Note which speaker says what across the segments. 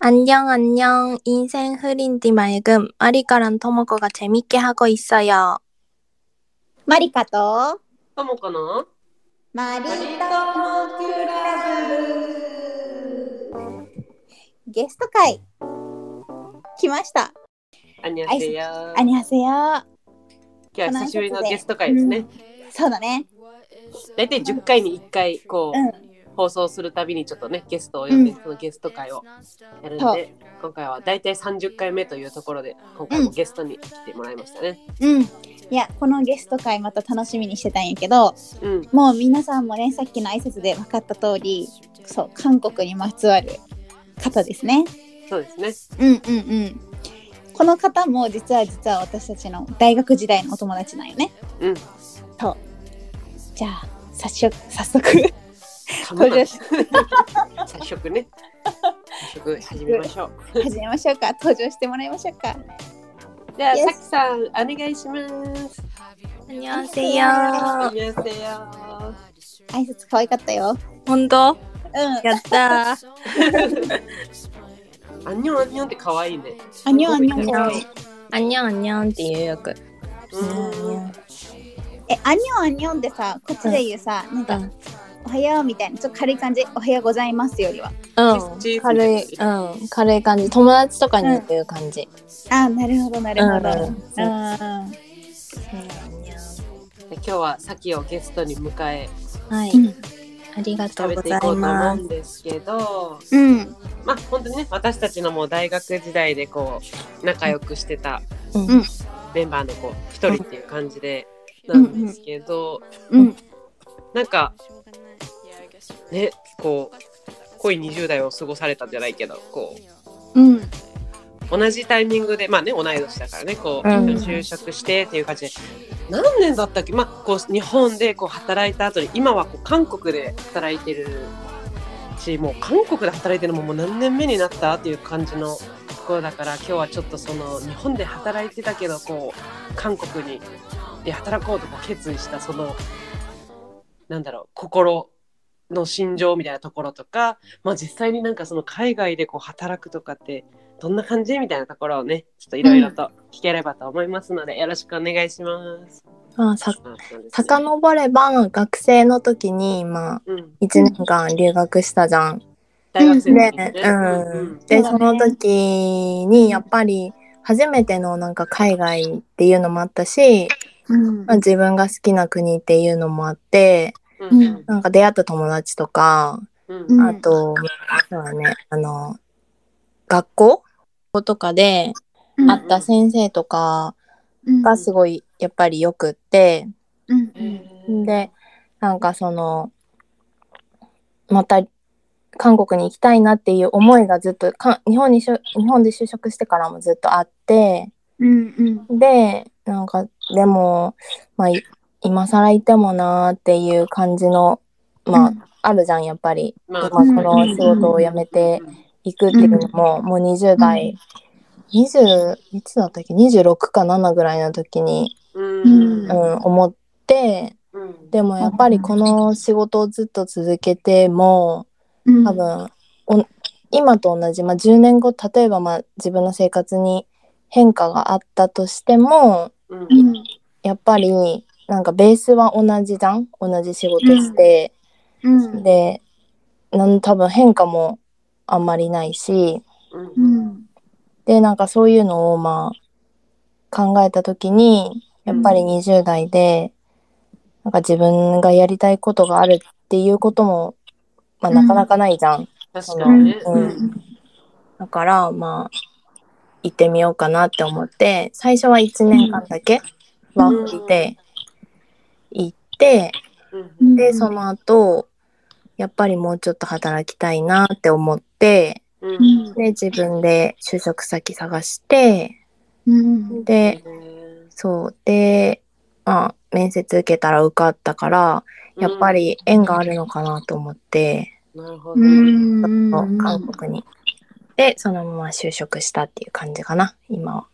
Speaker 1: 안녕, 안녕. 인생 흐린 뒤 맑음. 마리카랑 토모코가 재밌게 하고 있어요.
Speaker 2: マリカと
Speaker 3: ともかな
Speaker 2: マリゲスト会来ました。
Speaker 3: アニャセヤ
Speaker 2: アニハセヨ。
Speaker 3: 今日は久しぶりのゲスト会ですね。
Speaker 2: そうだね。
Speaker 3: 大体10回に1回こう、放送するたびにちょっとねゲストを呼んで、
Speaker 2: うん
Speaker 3: そのゲスト会をやるん
Speaker 2: そう
Speaker 3: で今回は大体30回目というところで今回もゲストに来てもらいましたね。
Speaker 2: うん。いや、このゲスト会また楽しみにしてたんやけど、
Speaker 3: うん、
Speaker 2: もう皆さんもね、さっきの挨拶で分かった通り、そう、韓国にまつわる方ですね。
Speaker 3: そうですね。
Speaker 2: うんうんうん。この方も実は実は私たちの大学時代のお友達なんよね。
Speaker 3: うん、
Speaker 2: じゃあ、早速、早速
Speaker 3: かまない
Speaker 2: そ
Speaker 3: 早速ね早速始めましょ う。
Speaker 2: 始めましょうか。登場してもらいましょうか。
Speaker 3: じゃあ
Speaker 2: Yes
Speaker 3: さきさんお願いします。
Speaker 1: 안녕하세요.
Speaker 3: アニャセヤ
Speaker 2: 挨拶可愛かったよ。
Speaker 1: 혼도
Speaker 2: うん。
Speaker 1: 였다.
Speaker 3: アンニョンアンニョンって可愛いね。
Speaker 2: アンニョンアンニョン
Speaker 1: 안녕, 네. 안녕. 디유역.
Speaker 3: うん
Speaker 2: え、アンニョンアンニョンってさ、こっちで言うさ、なんか、おはようみたいな、ちょっと軽い感じ、おはようございますよりは。
Speaker 1: 응,
Speaker 3: 치즈,
Speaker 1: 軽い,
Speaker 3: 치즈.
Speaker 1: 응,軽い感じ。友達とかに言う感じ。
Speaker 2: あー、なるほど、なるほ
Speaker 1: う
Speaker 2: ど。うんん。
Speaker 3: で今日はさきをゲストに迎え
Speaker 1: はい。
Speaker 2: うん
Speaker 1: ありがと
Speaker 3: 食
Speaker 1: う
Speaker 3: べ
Speaker 1: ご
Speaker 3: てい
Speaker 1: ざいう
Speaker 3: こと思
Speaker 1: ま
Speaker 3: う
Speaker 1: す。
Speaker 3: んですけど
Speaker 2: うん。
Speaker 3: まあ本当にね私たちのもう大学時代でこう仲良くしてた
Speaker 1: うん
Speaker 2: うん
Speaker 3: メンバーの子一人っていう感じでな
Speaker 2: うん
Speaker 3: んですけど
Speaker 2: うん。
Speaker 3: なんかねこう濃い20代を過ごされたんじゃないけどこう
Speaker 2: うん。
Speaker 3: 同じタイミングでまあね同い年だからねこう
Speaker 1: うん
Speaker 3: 就職してっていう感じで何年だったっけまあこう日本でこう働いた後に今はこう韓国で働いてるしもう韓国で働いてるのももう何年目になったっていう感じのところだから今日はちょっとその日本で働いてたけどこう韓国にで働こうとこう決意したそのなんだろう心の心情みたいなところとか、まあ、実際になんかその海外でこう働くとかってどんな感じみたいなところをねちょっといろいろと聞ければと思いますので、よろしくお願いします。
Speaker 1: まあ、さ、遡れば学生の時に、まあ、
Speaker 3: うん、
Speaker 1: 1年間留学したじゃん。
Speaker 3: 大学生の
Speaker 1: ね
Speaker 3: 時にね、
Speaker 1: うん。
Speaker 2: そ
Speaker 1: で、
Speaker 2: うだ
Speaker 1: そ
Speaker 2: ね
Speaker 1: の時に、やっぱり、初めてのなんか海外っていうのもあったし、
Speaker 2: うん
Speaker 1: まあ、自分が好きな国っていうのもあって、
Speaker 3: うんうん
Speaker 1: なんか出会った友達とか、
Speaker 3: うん
Speaker 2: うん
Speaker 1: あと、そうだね、あの、学校とかで
Speaker 2: うん
Speaker 1: 会った先生とか
Speaker 2: うん
Speaker 1: がすごいやっぱりよくって、
Speaker 2: うん
Speaker 3: う。ん
Speaker 1: で、なんかその、また韓国に行きたいなっていう思いがずっとか日本にしゅ日本で就職してからもずっとあって
Speaker 2: うん。うん。
Speaker 1: でなんかでも、まあ、い今更行ってもなーっていう感じのまあ、
Speaker 2: うん
Speaker 1: あるじゃんやっぱり
Speaker 3: ま
Speaker 1: 今この仕事を辞めて行くっていうのも、もう20代、20いつだったっけ26か7ぐらいの時に、
Speaker 3: うん
Speaker 2: うん
Speaker 1: うん、思って
Speaker 3: うん
Speaker 1: でもやっぱりこの仕事をずっと続けても
Speaker 2: うん
Speaker 1: 多。分お今と同じ、まあ、10年後例えばまあ自分の生活に変化があったとしても
Speaker 3: うん
Speaker 2: うん。
Speaker 1: やっぱりなんかベースは同じじゃん同じ仕事して、
Speaker 2: うん。
Speaker 1: でなん多分変化もあんまりないし
Speaker 3: うん
Speaker 2: うん。
Speaker 1: でなんかそういうのをまあ考えた時にやっぱり
Speaker 2: う
Speaker 1: 20代で、なんか自分がやりたいことがあるっていうことも、まあ、
Speaker 2: うん
Speaker 1: なかなかないじゃん、
Speaker 3: 確かにね。
Speaker 1: うんだからまあ行ってみようかなって思って最初は1年間だけワーホリで行って、
Speaker 3: うん
Speaker 1: でその後やっぱりもうちょっと働きたいなって思って
Speaker 3: うん
Speaker 2: う
Speaker 3: うん
Speaker 2: ん。
Speaker 1: で自分で就職先探して
Speaker 2: うん。
Speaker 1: でそうでまあ面接受けたら受かったからやっぱり縁があるのかなと思って、
Speaker 3: なるほど。
Speaker 2: うん。
Speaker 1: 韓国に。でそのまま就職したっていう感じかな今は。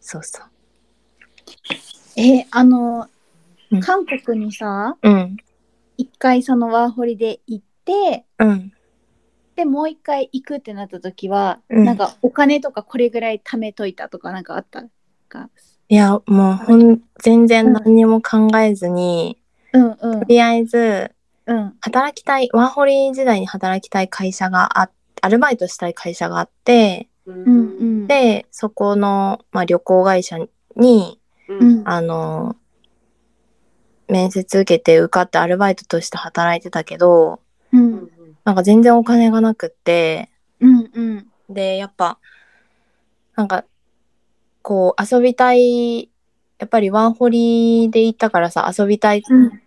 Speaker 1: そうそう。
Speaker 2: えーあ
Speaker 1: う
Speaker 2: の
Speaker 1: ん
Speaker 2: 韓国にさ
Speaker 1: うん
Speaker 2: 一回そのワーホリで行って
Speaker 1: うん
Speaker 2: ってもう一回行くってなった時は、
Speaker 1: うん
Speaker 2: なんかお金とかこれぐらい貯めといたとかなんかあったか
Speaker 1: いやもうほん全然何にも考えずに、
Speaker 2: うんうん
Speaker 1: とりあえず
Speaker 2: うん
Speaker 1: 働きたいワーホリ時代に働きたい会社があアルバイトしたい会社があって
Speaker 3: う
Speaker 2: うんうん
Speaker 1: でそこの、まあ、旅行会社に
Speaker 3: うん
Speaker 2: うん
Speaker 1: あの面接受けて受かってアルバイトとして働いてたけど
Speaker 2: う
Speaker 3: うんん
Speaker 1: なんか全然お金がなくって
Speaker 2: うんうん
Speaker 1: でやっぱなんかこう遊びたいやっぱりワーホリで行ったからさ遊びたい
Speaker 2: うん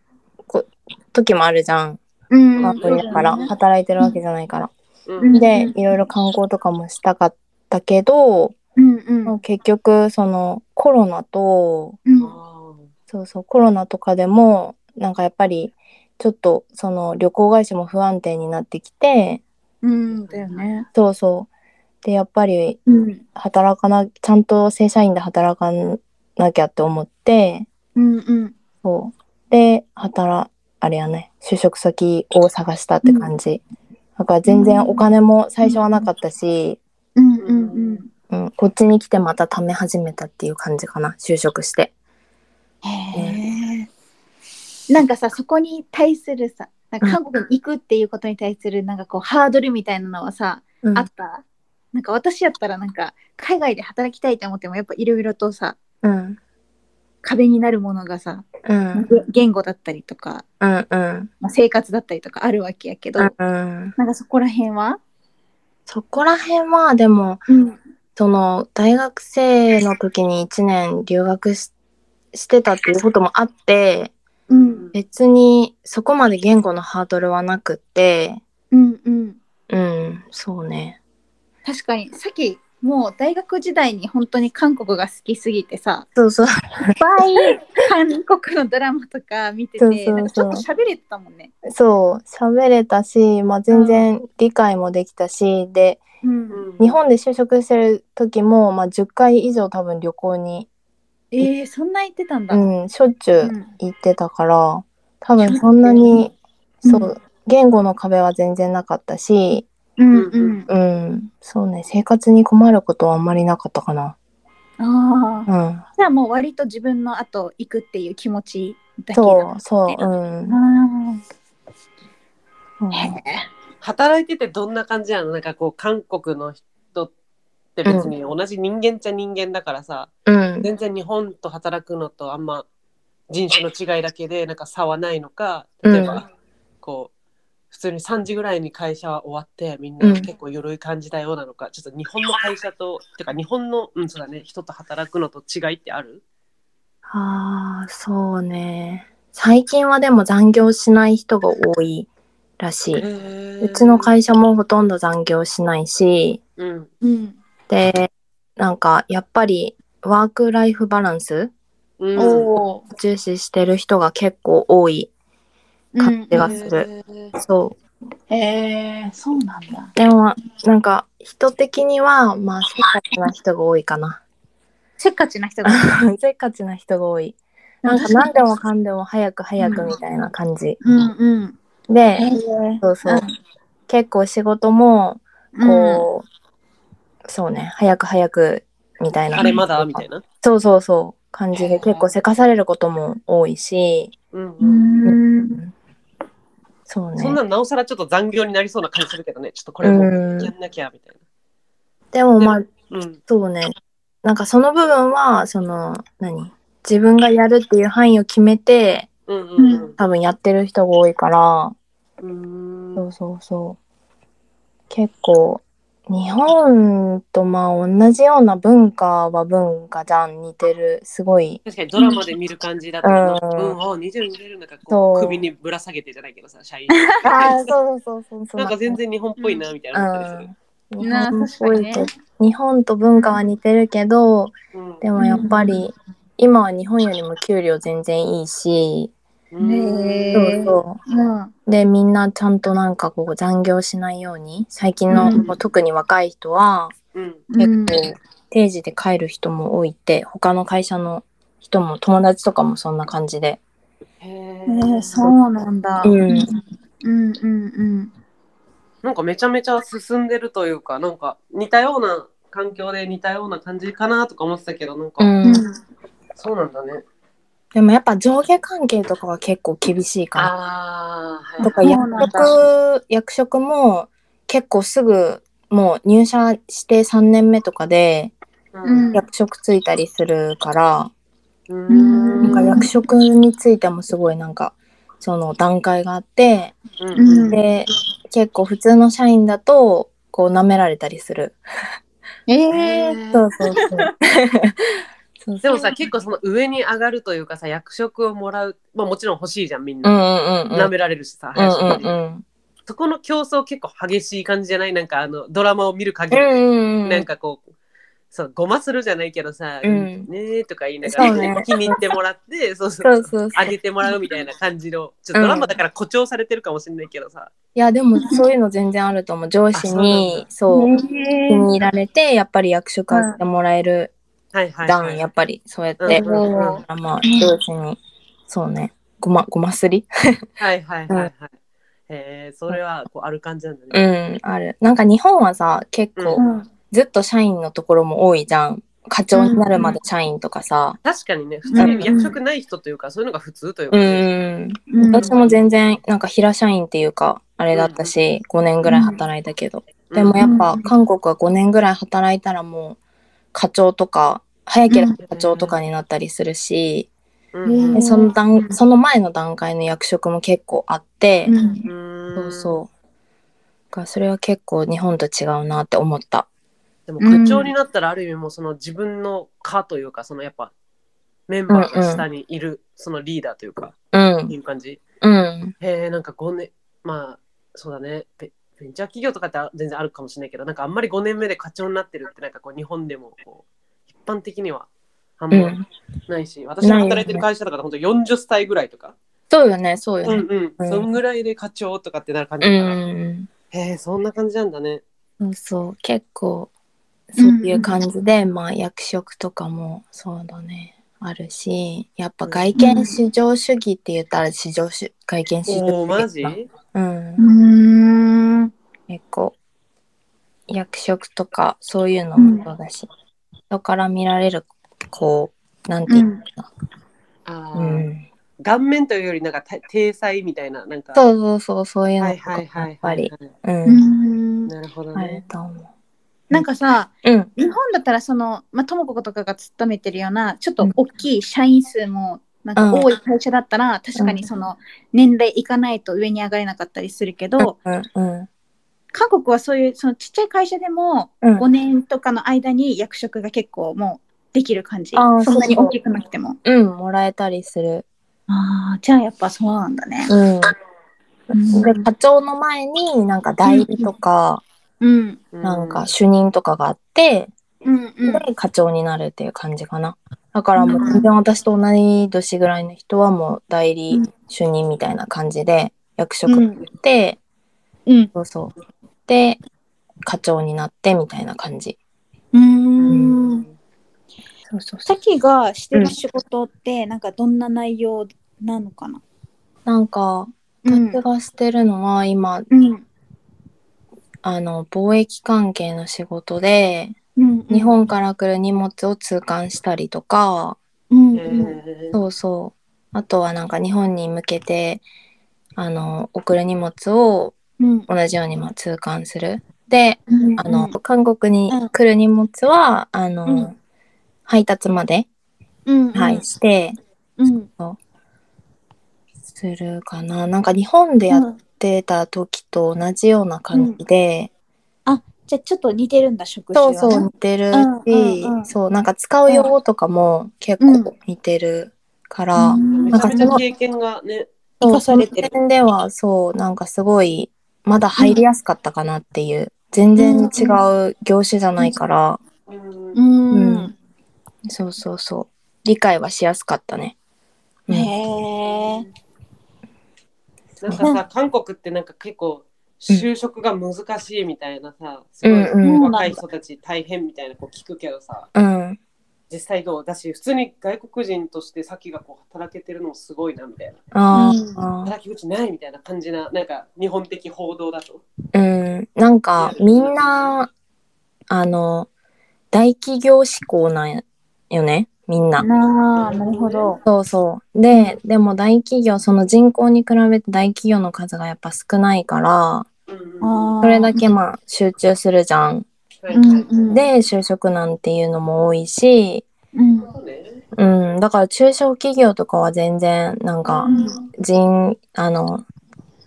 Speaker 1: 時もあるじゃん、
Speaker 2: うん
Speaker 1: ワーホリだから
Speaker 2: うん
Speaker 1: 働いてるわけじゃないから。
Speaker 3: うん
Speaker 2: うん
Speaker 1: でいろいろ観光とかもしたかったけど、
Speaker 2: うんうん
Speaker 1: 結局そのコロナと
Speaker 2: うん
Speaker 3: あ
Speaker 1: そうそうコロナとかでもなんかやっぱりちょっとその旅行会社も不安定になってきて
Speaker 2: うんだよね
Speaker 1: そうそうでやっぱり
Speaker 2: うん
Speaker 1: 働かなちゃんと正社員で働かなきゃって思って
Speaker 2: うんうん
Speaker 1: そうで働あれやね就職先を探したって感じ、だから全然お金も最初はなかったし、
Speaker 2: うんうんうん
Speaker 1: うん、こっちに来てまた貯め始めたっていう感じかな就職して
Speaker 2: へえなんかさそこに対するさなんか韓国に行くっていうことに対するなんかこうハードルみたいなのはさ
Speaker 1: うん
Speaker 2: あったなんか私やったらなんか海外で働きたいと思ってもやっぱいろいろとさ
Speaker 1: うん
Speaker 2: 壁になるものがさ
Speaker 1: うん
Speaker 2: げ言語だったりとか、
Speaker 1: うんうん
Speaker 2: まあ、生活だったりとかあるわけやけど、
Speaker 1: うん
Speaker 2: なんかそこら辺は、
Speaker 1: そこら辺はでも
Speaker 2: うん、
Speaker 1: その大学生の時に1年留学ししてたっていうこともあって
Speaker 2: うん
Speaker 1: 別にそこまで言語のハードルはなくって
Speaker 2: うんうん
Speaker 1: うんそうね
Speaker 2: 確かにさっきもう大学時代に本当に韓国が好きすぎてさ
Speaker 1: そうそう
Speaker 2: いっぱい韓国のドラマとか見てて
Speaker 1: そうそうそう
Speaker 2: なんかちょっと喋れてたもんね。
Speaker 1: そう喋れたし、まあ、全然理解もできたし、で
Speaker 2: うん、
Speaker 3: ー
Speaker 1: 日本で就職してる時も、まあ、10回以上多分旅行に、
Speaker 2: えー、そんな言ってたんだ。
Speaker 1: うん、しょっちゅ
Speaker 2: う
Speaker 1: うん行ってたから多分そんなに、
Speaker 2: うん
Speaker 1: そう言語の壁は全然なかったし
Speaker 2: うんうん
Speaker 1: うん、そうね、生活に困ることはあんまりなかったかな。
Speaker 2: ああ
Speaker 1: うん、
Speaker 2: じゃあもう割と自分の後行くっていう気持ちだけだ
Speaker 1: そう、そう、うん。うん
Speaker 2: あーへ
Speaker 3: 働いててどんな感じなのなんかこう韓国の人って別に同じ人間っちゃ人間だからさ、
Speaker 1: うん、
Speaker 3: 全然日本と働くのとあんま人種の違いだけでなんか差はないのか
Speaker 1: うん
Speaker 3: 例えば、こう普通に3時ぐらいに会社は終わってみん
Speaker 1: う
Speaker 3: なん結構緩い感じだようなのか、ちょっと日本の会社とてか日本の、うん、そうだね人と働くのと違いってある
Speaker 1: ああ、そうね。最近はでも残業しない人が多いらしい。う
Speaker 3: う
Speaker 1: ちの会社もほとんど残業しないし、
Speaker 3: うん
Speaker 2: うん
Speaker 1: で、なんかやっぱりワークライフバランス
Speaker 3: うん
Speaker 2: おお
Speaker 1: 重視してる人が結構多い感じがする。そう。
Speaker 2: へえそうなんだ
Speaker 1: でも、なんか人的には、まあ、せっかちな人が多いかな。
Speaker 2: せっかちな人が
Speaker 1: せっかちな人が多い。なんか何でもかんでも早く早くみたいな感じ。
Speaker 2: うんうん
Speaker 1: で、
Speaker 2: へえ
Speaker 1: そうそう。結構仕事も、
Speaker 2: うん
Speaker 1: こう、そうね、早く早くみたいな。
Speaker 3: あれまだみたいな。
Speaker 1: そうそうそう。感じ
Speaker 3: へえ
Speaker 1: で結構せかされることも多いし、
Speaker 3: うん
Speaker 2: う
Speaker 3: うん
Speaker 2: ん
Speaker 1: そうね
Speaker 3: そん。なのなおさらちょっと残業になりそうな感じするけどね、ちょっとこれも
Speaker 1: うん
Speaker 3: やんなきゃみたい
Speaker 1: でもまあ、
Speaker 3: な。うん。
Speaker 1: そうね。なんかその部分は、その、何自分がやるっていう範囲を決めて、
Speaker 3: うんうん
Speaker 1: 多分やってる人が多いから、
Speaker 3: うん。う
Speaker 1: そ
Speaker 3: ん
Speaker 1: うそうそう。結構、日本とまあ同じような文化は文化じゃん、似てる。すごい。
Speaker 3: 確かにドラマで見る感じだと、
Speaker 1: うん
Speaker 3: うん、お似てる似てる、なんかこう
Speaker 1: そう
Speaker 3: 首にぶら下げてじゃないけどさ、 社員。
Speaker 1: ああ、そうそうそうそう。
Speaker 3: なんか全然日本っぽいなみたいな思ったりす
Speaker 1: うん。日
Speaker 2: なあ
Speaker 1: 本っ
Speaker 2: 確
Speaker 1: ぽい
Speaker 2: かにね
Speaker 1: けど日本と文化は似てるけど、
Speaker 3: る。うん
Speaker 1: でもやっぱり、今は日本よりも給料全然いいし、
Speaker 3: うん
Speaker 2: へ
Speaker 1: そ
Speaker 2: え
Speaker 1: うそう。
Speaker 2: うん
Speaker 1: で、みんなちゃんとなんかこう残業しないように、最近の、
Speaker 2: うん
Speaker 1: もう特に若い人は、
Speaker 3: うん
Speaker 2: う
Speaker 1: 結
Speaker 2: ん
Speaker 1: 構定時で帰る人も多いって他の会社の人も友達とかもそんな感じで、
Speaker 2: へ
Speaker 3: へ
Speaker 2: え
Speaker 3: ー
Speaker 2: そうなんだ
Speaker 1: うん
Speaker 2: うんうん
Speaker 3: なんかめちゃめちゃ進んでるというか、なんか似たような環境で似たような感じかなとか思ってたけど、なんか、
Speaker 1: うん
Speaker 3: そうなんだね。
Speaker 1: でもやっぱ上下関係とかは結構厳しいかな。
Speaker 3: ああ、
Speaker 1: とか
Speaker 2: そう
Speaker 1: 役
Speaker 2: なんだ
Speaker 1: 職役職も結構すぐもう入社して3年目とかで
Speaker 2: うん
Speaker 1: 役職ついたりするから、
Speaker 3: うん
Speaker 1: なんか役職についてもすごいなんかその段階があって
Speaker 3: うん
Speaker 1: で結構普通の社員だとこう舐められたりする。
Speaker 2: えー、
Speaker 1: そうそうそうそうそう。
Speaker 3: でもさ、結構その上に上がるというかさ、役職をもらう、まあもちろん欲しいじゃん、みん
Speaker 1: う
Speaker 3: な。
Speaker 1: んうんうんうん。
Speaker 3: 舐められるしさ、
Speaker 1: うん
Speaker 3: 林
Speaker 1: う
Speaker 3: くん
Speaker 1: んうん。
Speaker 3: そこの競争結構激しい感じじゃないなんかあのドラマを見る限
Speaker 1: う
Speaker 3: り、
Speaker 1: んうんうん。
Speaker 3: なんかこうそうごまするじゃないけどさ「
Speaker 1: うん
Speaker 3: ねえ」とか言いながら、
Speaker 1: そうね
Speaker 3: 気に入ってもらってそうそう
Speaker 1: そうそうそう
Speaker 3: あげてもらうみたいな感 じのちょっとドラマだから誇張されてるかもしれないけどさ、
Speaker 1: いやでもそういうの全然あると思う上司にそう気に入られてやっぱり役職あってもらえる
Speaker 3: はいはい
Speaker 1: 段、
Speaker 3: はい、
Speaker 1: やっぱりそうやって、
Speaker 3: うん
Speaker 1: だ
Speaker 3: うんうん
Speaker 1: からまあ上司にそうねごまごますり
Speaker 3: はいはいはいはい、えー、それはこうある感じなんだ
Speaker 1: う
Speaker 3: ね、
Speaker 1: んあるなんか日本はさ結構、
Speaker 3: う
Speaker 1: ずっと社員のところも多いじゃん課長になるまで社員とかさ
Speaker 3: 確かにね普通に役職ない人というかそういうのが普通というか
Speaker 1: うん、
Speaker 3: ね、
Speaker 2: うん
Speaker 1: 私も全然なんか平社員っていうかあれだったし、5年ぐらい働いたけど、でもやっぱ
Speaker 2: うん
Speaker 1: 韓国は5年ぐらい働いたらもう課長とか早ければ課長とかになったりするし、
Speaker 3: うんうん
Speaker 1: でその段
Speaker 2: うん
Speaker 1: その前の段階の役職も結構あって、
Speaker 2: うん
Speaker 1: そう
Speaker 3: う
Speaker 1: そうだからそれは結構日本と違うなって思った。
Speaker 3: でも課長になったらある意味もうその自分の課というかそのやっぱメンバーが下にいるそのリーダーというか、
Speaker 1: うん
Speaker 3: い、う感じ
Speaker 1: うん、
Speaker 3: へえなんか5年まあそうだねベベンチャー企業とかってあ全然あるかもしれないけどなんかあんまり5年目で課長になってるってなんかこう日本でもこう一般的にはあん
Speaker 1: う
Speaker 3: ま
Speaker 1: ん、
Speaker 3: ないし、私が働いてる会社とか本当40歳ぐらいとか、
Speaker 1: そうよね、そう
Speaker 3: う
Speaker 1: よね。
Speaker 3: んう
Speaker 1: うんん
Speaker 3: そんぐらいで課長とかってなる感じ
Speaker 1: う
Speaker 3: だ
Speaker 1: ん、
Speaker 3: から、
Speaker 1: うん
Speaker 3: へえそんな感じなんだね
Speaker 1: そうそう、結構そういう感じで、まあ役職とかもそうだね。あるし、やっぱ外見至上主義って言ったら至上主外見至上主義
Speaker 3: おおマジ
Speaker 1: かなうん
Speaker 2: う、ん
Speaker 1: 結構役職とかそういうのもそうだし、人から見られるこうなんていうのか
Speaker 3: あ
Speaker 1: な、
Speaker 3: ー、
Speaker 1: うん
Speaker 3: 顔面というよりなんかて体裁みたいななんか
Speaker 1: そうそうそうそういう
Speaker 3: は
Speaker 1: の
Speaker 3: い
Speaker 1: とか
Speaker 3: はいはい
Speaker 1: や
Speaker 3: はい
Speaker 1: っぱり、うん
Speaker 2: うん
Speaker 3: なるほど
Speaker 1: ある
Speaker 3: ね、
Speaker 1: と思
Speaker 2: なんかさ
Speaker 1: う。うん
Speaker 2: 日本だったらそのまあともこことかが勤めてるようなちょっと大きい社員数もなんか多い会社だったら、確かにその年齢いかないと上に上がれなかったりするけど、
Speaker 1: うんうん
Speaker 2: 韓国はそういうそのちっちゃい会社でも
Speaker 1: うん
Speaker 2: 5年とかの間に役職が結構もうできる感じ、
Speaker 1: あー
Speaker 2: そんなに
Speaker 1: そうそう
Speaker 2: 大きくなくても
Speaker 1: うん、もらえたりする。
Speaker 2: ああじゃあやっぱそうなんだね
Speaker 1: うん、
Speaker 2: うん
Speaker 1: で課長の前になんか代理とか、
Speaker 2: うん
Speaker 3: う
Speaker 1: なんか主任とかがあって、
Speaker 2: うんうん
Speaker 1: で課長になるっていう感じかな。だからもう
Speaker 2: うん
Speaker 1: 全然私と同じ年ぐらいの人はもう代理主任みたいな感じで役職取って、
Speaker 2: うん
Speaker 1: そうそう。で、課長になってみたいな感じ。
Speaker 2: うんうん
Speaker 1: そうそう
Speaker 2: さきがしてる仕事ってなんかどんな内容なのかな
Speaker 1: なんか、
Speaker 2: うん
Speaker 1: 私がしてるのは今、
Speaker 2: うん
Speaker 1: あの、貿易関係の仕事で、
Speaker 2: うん
Speaker 1: 日本から来る荷物を通関したりとか、
Speaker 2: うん
Speaker 3: へ
Speaker 2: うん
Speaker 3: ー
Speaker 1: そうそう。あとはなんか日本に向けて、あの、送る荷物を
Speaker 2: うん
Speaker 1: 同じようにまあ通関する。で、
Speaker 2: うん
Speaker 1: あの、韓国に来る荷物は、あの、
Speaker 2: うん
Speaker 1: 配達まで、
Speaker 2: うん
Speaker 1: はい、して、
Speaker 2: うん
Speaker 1: するかな。なんか日本でやっ
Speaker 2: うん
Speaker 1: てた時と同じような感じで、
Speaker 2: じゃあちょっと似てるんだ職種
Speaker 1: そう
Speaker 2: は
Speaker 1: そう似てるし、
Speaker 2: うんうんうん
Speaker 1: そうなんか使う用語とかも結構似てるから、
Speaker 2: うん
Speaker 3: めちゃめちゃ経験がね
Speaker 1: そう
Speaker 2: 生かされてる
Speaker 1: その点ではそうなんかすごいまだ入りやすかったかなっていう、全然違う業種じゃないから、
Speaker 2: う
Speaker 3: う
Speaker 2: んん
Speaker 1: うんそうそうそう理解はしやすかったね。うん
Speaker 2: へえ
Speaker 3: なんかさ韓国ってなんか結構就職が難しいみたいなさ、す
Speaker 1: う
Speaker 3: ご
Speaker 1: んう
Speaker 3: い
Speaker 1: ん
Speaker 3: 若い人たち大変みたいなこう聞くけどさ
Speaker 1: うん、
Speaker 3: 実際どうだし普通に外国人としてさっきがこう働けてるのもすごいなみたいな
Speaker 1: あー
Speaker 3: 働き口ないみたいな感じななんか日本的報道だと
Speaker 1: うんなんかみんなあの大企業志向なんよねみんな。
Speaker 2: なあ、なるほど。
Speaker 1: そうそう。で、でも大企業、その人口に比べて大企業の数がやっぱ少ないから、
Speaker 3: うんうんうん
Speaker 2: あー
Speaker 1: それだけまあ集中するじゃん。
Speaker 3: はい
Speaker 2: うん
Speaker 3: はい
Speaker 2: うん
Speaker 1: で、就職なんていうのも多いし、
Speaker 2: うん。
Speaker 3: そうね
Speaker 1: うん、だから中小企業とかは全然、なんか
Speaker 2: う、ん
Speaker 1: 人、あの、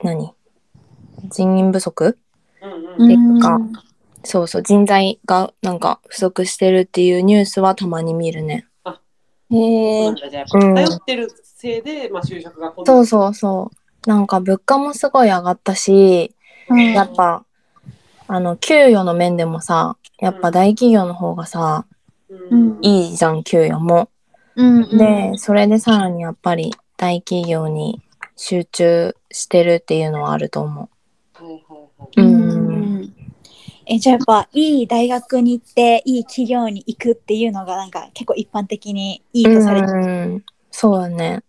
Speaker 1: 何人員不足
Speaker 3: うん
Speaker 2: う
Speaker 3: うん
Speaker 2: ん
Speaker 1: ていうかそうそう、人材がなんか不足してるっていうニュースはたまに見るね。
Speaker 2: へ
Speaker 3: そ
Speaker 2: え
Speaker 3: うなん。だじゃあやっぱ
Speaker 1: うん
Speaker 3: 頼ってるせいで、まあ、就職が困難
Speaker 1: そうそうそう。なんか物価もすごい上がったし、
Speaker 2: うん
Speaker 1: やっぱあの給与の面でもさやっぱ大企業の方がさ
Speaker 3: うん
Speaker 1: いいじゃん給与も。
Speaker 2: うんうん
Speaker 1: でそれでさらにやっぱり大企業に集中してるっていうのはあると思。
Speaker 3: はいはいはいう
Speaker 2: う
Speaker 1: うん
Speaker 2: んえじゃあやっぱいい大学に行っていい企業に行くっていうのがなんか結構一般的にいいとされてる。
Speaker 1: うんそうだね。